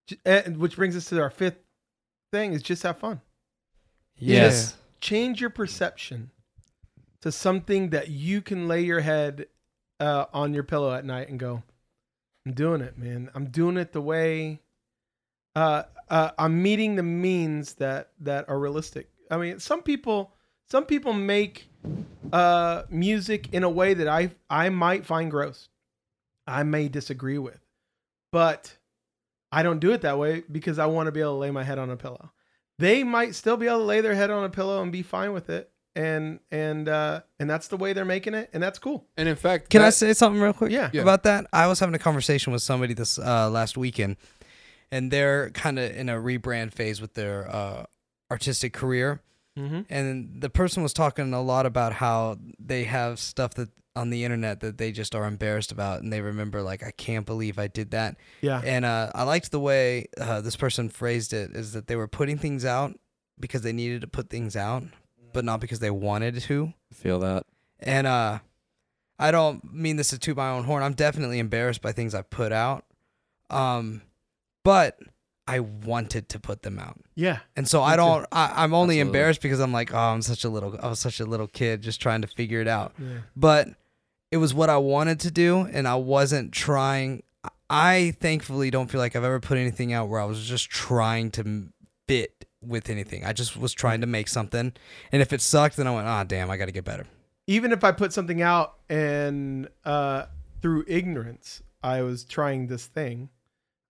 S2: j- and which brings us to our fifth thing is just have fun.
S7: Yes.
S2: change your perception to something that you can lay your head uh, on your pillow at night and go, I'm doing it, man. I'm doing it the way uh, uh, I'm meeting the means that that are realistic. I mean, some people some people make uh, music in a way that I I might find gross. I may disagree with, but I don't do it that way because I want to be able to lay my head on a pillow they might still be able to lay their head on a pillow and be fine with it and and uh and that's the way they're making it and that's cool
S4: and in fact,
S5: Can I
S4: that-
S5: say something real quick?
S2: Yeah. Yeah.
S5: About that, I was having a conversation with somebody this uh, last weekend, and they're kind of in a rebrand phase with their uh, artistic career.
S2: Mhm.
S5: And the person was talking a lot about how they have stuff that on the internet that they just are embarrassed about, and they remember like, I can't believe I did that.
S2: yeah
S5: And uh, I liked the way uh, this person phrased it is that they were putting things out because they needed to put things out, but not because they wanted to.
S8: Feel that?
S5: And uh I don't mean this to toot my own horn. I'm definitely embarrassed by things I put out. Um but I wanted to put them out.
S2: yeah
S5: And so I
S2: Me too.
S5: don't I, I'm only
S8: Absolutely.
S5: embarrassed because I'm like, oh, I'm such a little I was such a little kid just trying to figure it out.
S2: yeah
S5: But it was what I wanted to do and I wasn't trying I thankfully don't feel like I've ever put anything out where I was just trying to m- fit with anything. I just was trying to make something. And if it sucked, then I went, ah, damn, I got to get better.
S2: even if i put something out and uh through ignorance i was trying this thing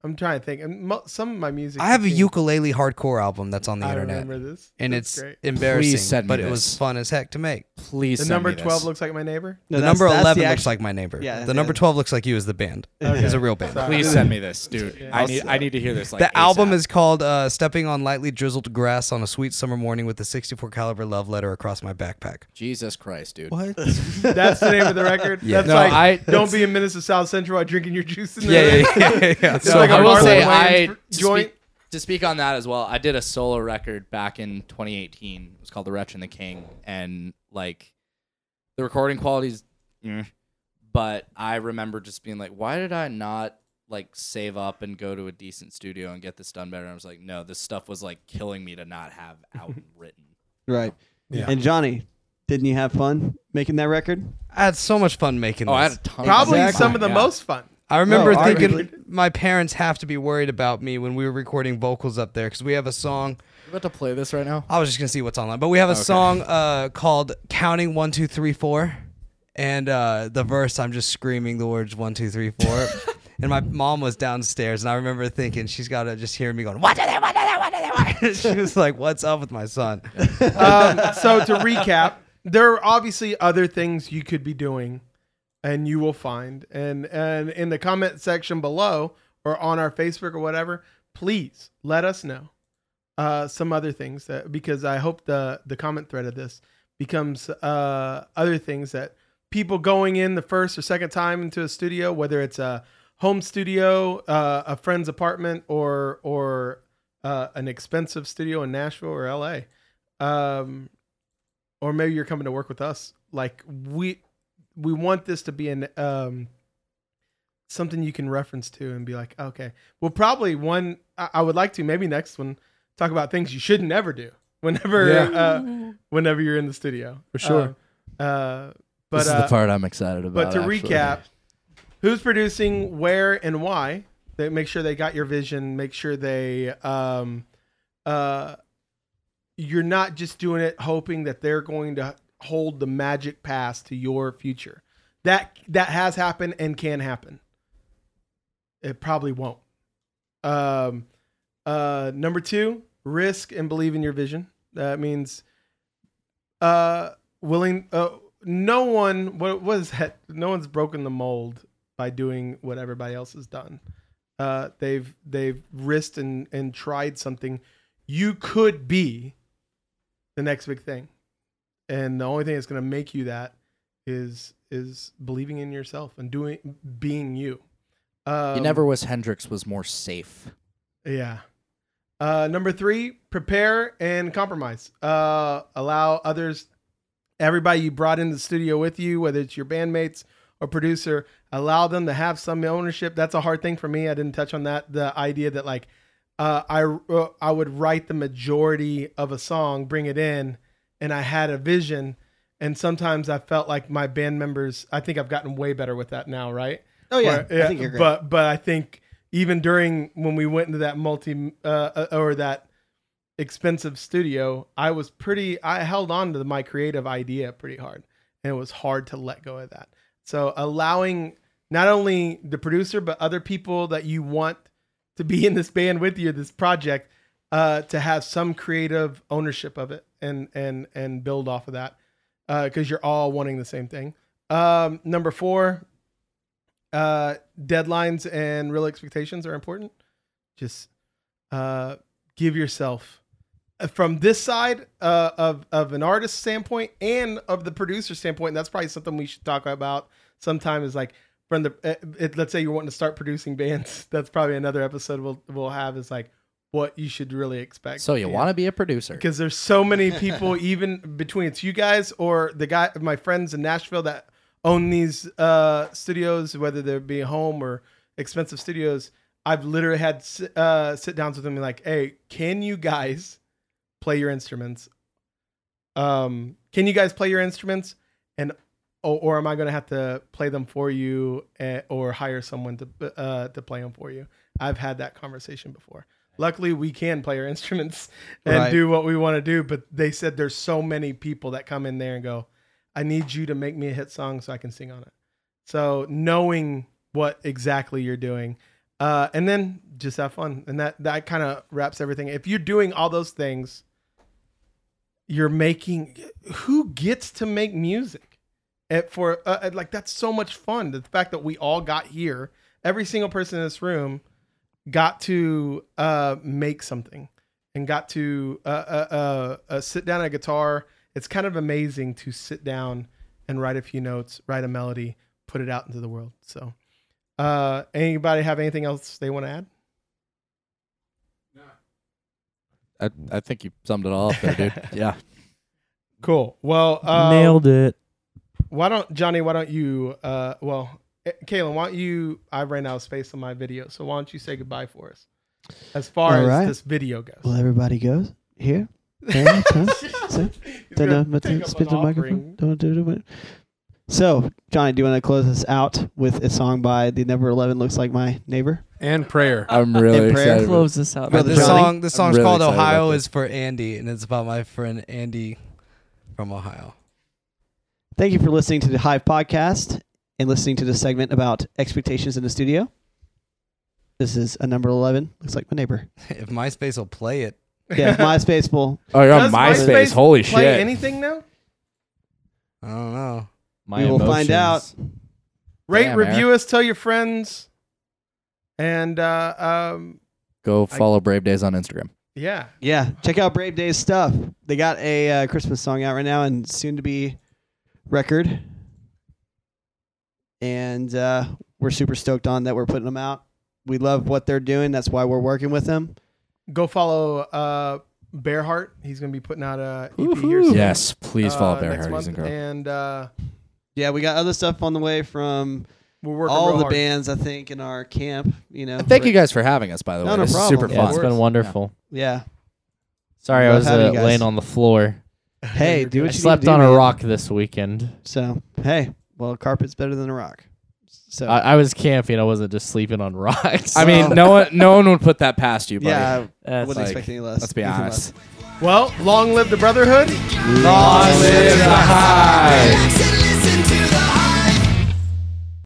S2: I'm trying to think. And mo- some of my music.
S5: I have a
S2: became-
S5: ukulele hardcore album that's on the
S2: I
S5: internet,
S2: remember this.
S5: and
S2: That's
S5: it's
S2: great.
S5: embarrassing,
S8: send me
S5: but it
S8: this.
S5: was fun as heck to make.
S8: Please.
S2: The
S8: send
S2: number
S8: me this.
S2: twelve looks like my neighbor.
S3: No,
S5: the
S3: that's-
S5: number
S3: that's the
S5: eleven looks
S3: actual-
S5: like my neighbor.
S3: Yeah,
S5: the number
S3: yeah.
S5: twelve looks like you is the band. It's a real band.
S2: Sorry.
S8: Please send me this, dude. I
S3: I'll
S8: need.
S3: s-
S8: I need to hear this. Like
S5: the album
S8: ASAP.
S5: is called uh, "Stepping on Lightly Drizzled Grass on a Sweet Summer Morning with a 64 caliber love letter across my backpack."
S8: Jesus Christ, dude.
S5: What?
S2: That's the name of the record. That's
S8: No,
S2: like
S8: I-
S2: don't be a menace to South Central while drinking your juice. In the
S5: yeah,
S2: rain.
S5: yeah, yeah, yeah.
S2: It's
S8: So
S2: like a
S8: I will
S2: Marlon
S8: say
S2: Wayans
S8: I
S2: fr-
S8: to
S2: joint.
S8: Speak, to speak on that as well. I did a solo record back in 2018. It was called The Wretch and the King, and like the recording quality's, eh. but I remember just being like, why did I not like save up and go to a decent studio and get this done better? And I was like, no, this stuff was like killing me to not have out and written.
S3: Right.
S2: Yeah.
S3: And Johnny, didn't you have fun making that record?
S5: I had so much fun making
S8: Oh,
S5: this.
S8: I had a ton.
S2: Probably
S8: of
S2: some of the most fun.
S5: I remember
S3: No,
S5: thinking
S2: arguably.
S5: my parents have to be worried about me when we were recording vocals up there because we have a song.
S8: About to play this right now.
S5: I was just gonna see what's online, but we have a song uh, called "Counting One Two Three Four, and uh, the verse I'm just screaming the words one two three four, and my mom was downstairs, and I remember thinking she's gotta just hear me going what do they what do they what do they what? she was like, "What's up with my son?"
S2: um, so to recap, there are obviously other things you could be doing, and you will find. And and in the comment section below or on our Facebook or whatever, please let us know uh, some other things that because I hope the the comment thread of this becomes uh, other things that people going in the first or second time into a studio, whether it's a home studio, uh, a friend's apartment, or or uh, an expensive studio in Nashville or LA um, or maybe you're coming to work with us. Like we we want this to be an um something you can reference to and be like, okay, well, probably one I, I would like to maybe next one talk about things you should never do whenever
S4: Yeah.
S2: uh, whenever you're in the studio
S4: For sure.
S2: Uh, uh, but
S8: this is
S2: uh,
S8: the part I'm excited about.
S2: but to
S8: actually.
S2: recap, who's producing, where, and why? They make sure they got your vision. Make sure they, um, uh, you're not just doing it hoping that they're going to hold the magic pass to your future. That that has happened and can happen. It probably won't. Um, uh, number two, risk and believe in your vision. That means, uh, willing. Uh, no one. What was that? No one's broken the mold by doing what everybody else has done. Uh, they've they've risked and and tried something. You could be the next big thing, and the only thing that's going to make you that is is believing in yourself and doing being you. Um,
S6: You never wish Hendrix was more safe.
S2: yeah. Uh, number three, prepare and compromise. Uh, allow others, everybody you brought into the studio with you, whether it's your bandmates or producer, allow them to have some ownership. That's a hard thing for me. I didn't touch on that. The idea that like, uh, I uh, I would write the majority of a song, bring it in, and I had a vision. And sometimes I felt like my band members. I think I've gotten way better with that now, right?
S3: Oh yeah,
S2: Where- yeah,
S3: I think you're great.
S2: But but I think even during when we went into that multi uh, uh, or that expensive studio, I was pretty. I held on to my creative idea pretty hard, and it was hard to let go of that. So allowing not only the producer but other people that you want to be in this band with you, this project, uh, to have some creative ownership of it and and and build off of that because you're all wanting the same thing. Um, number four, uh, deadlines and real expectations are important. Just uh, give yourself uh, from this side uh, of of an artist standpoint and of the producer standpoint. And that's probably something we should talk about sometime. Is like from the uh, it, let's say you're wanting to start producing bands. That's probably another episode we'll we'll have. Is like what you should really expect.
S6: So you
S2: Yeah
S6: want to be a producer?
S2: because there's so many people even between it's you guys or the guy my friends in nashville that own these uh studios whether they be home or expensive studios i've literally had s- uh sit downs with them and like hey can you guys play your instruments um can you guys play your instruments and or, Oh, or am i going to have to play them for you eh, or hire someone to uh to play them for you i've had that conversation before luckily we can play our instruments and
S3: Right.
S2: do what we want to do but they said there's so many people that come in there and go i need you to make me a hit song so i can sing on it so knowing what exactly you're doing Uh, and then just have fun. And that, that kind of wraps everything. If you're doing all those things, you're making, who gets to make music? It for uh, uh, like that's so much fun. The fact that we all got here, every single person in this room, got to uh, make something and got to uh, uh, uh, uh, sit down at a guitar. It's kind of amazing to sit down and write a few notes, write a melody, put it out into the world. So, uh, anybody have anything else they want to add?
S8: I, I think you summed it all up there, dude. yeah.
S2: Cool. Well, uh,
S13: Nailed it.
S2: Why don't Johnny? Why don't you? Uh, well, eh, Kaylin, why don't you? I ran out of space on my video, so why don't you say goodbye for us? As far
S3: All right.
S2: as this video goes,
S3: Well, everybody goes here. There, huh? So,
S2: He's
S3: don't
S2: gonna
S3: know.
S2: take
S3: Don't
S2: up
S3: spit
S2: an
S3: the microphone.
S2: offering.
S3: Don't do it. So, Johnny, do you want to close us out with a song by the Number Eleven? Looks like my neighbor.
S4: and prayer.
S8: I'm really
S3: In prayer.
S8: excited. about-
S13: Close this out.
S3: Oh, Brother
S5: the
S3: Johnny?
S5: song the song's
S8: really
S5: called
S8: excited about
S5: Ohio
S8: this.
S5: is for Andy and it's about my friend Andy from Ohio.
S3: Thank you for listening to the Hive podcast and listening to the segment about expectations in the studio. This is a number eleven. Looks like my neighbor.
S5: If MySpace will play it.
S3: Yeah, MySpace will.
S8: Oh, you're on
S2: Does
S8: MySpace.
S2: MySpace
S8: Holy shit.
S2: play anything now.
S5: I don't know.
S3: we will find out.
S2: Rate,
S8: Damn,
S2: review us, tell your friends, and uh, um,
S8: Go
S2: I-
S8: follow Brave Days on Instagram.
S2: yeah,
S3: Yeah, check out Brave Day's stuff. They got a uh, Christmas song out right now and soon to be record. And uh, we're super stoked on that we're putting them out. We love what they're doing. That's why we're working with them.
S2: go follow uh, Bearheart. He's gonna be putting out a EP here. soon.
S8: Yes, please follow
S2: uh,
S8: Bear
S2: next
S8: Heart. He's
S2: month,
S8: incredible.
S2: and uh,
S3: Yeah, we got other stuff on the way from
S2: we're working
S3: all
S2: real
S3: the
S2: hard.
S3: bands, I think, in our camp. You know,
S8: Thank you guys for having us, by the
S3: No,
S8: way.
S3: no
S8: This is
S3: problem.
S8: super
S7: Yeah,
S8: fun.
S7: it's been wonderful.
S3: Yeah.
S7: Sorry, I
S3: Love
S7: was
S3: having
S7: uh,
S3: you guys.
S7: laying on the floor.
S3: Hey, do what
S7: I
S3: you
S7: slept
S3: need to do,
S7: on a
S3: man.
S7: rock this weekend.
S3: So hey, well, carpet's better than a rock. So
S7: I, I was camping. I wasn't just sleeping on rocks.
S8: I mean, no one, no one would put that past you, buddy.
S3: yeah, I
S7: That's
S3: wouldn't
S8: like-
S3: expect any less.
S8: Let's be
S3: anything less.
S8: honest.
S2: Well, long live the brotherhood.
S1: Relax and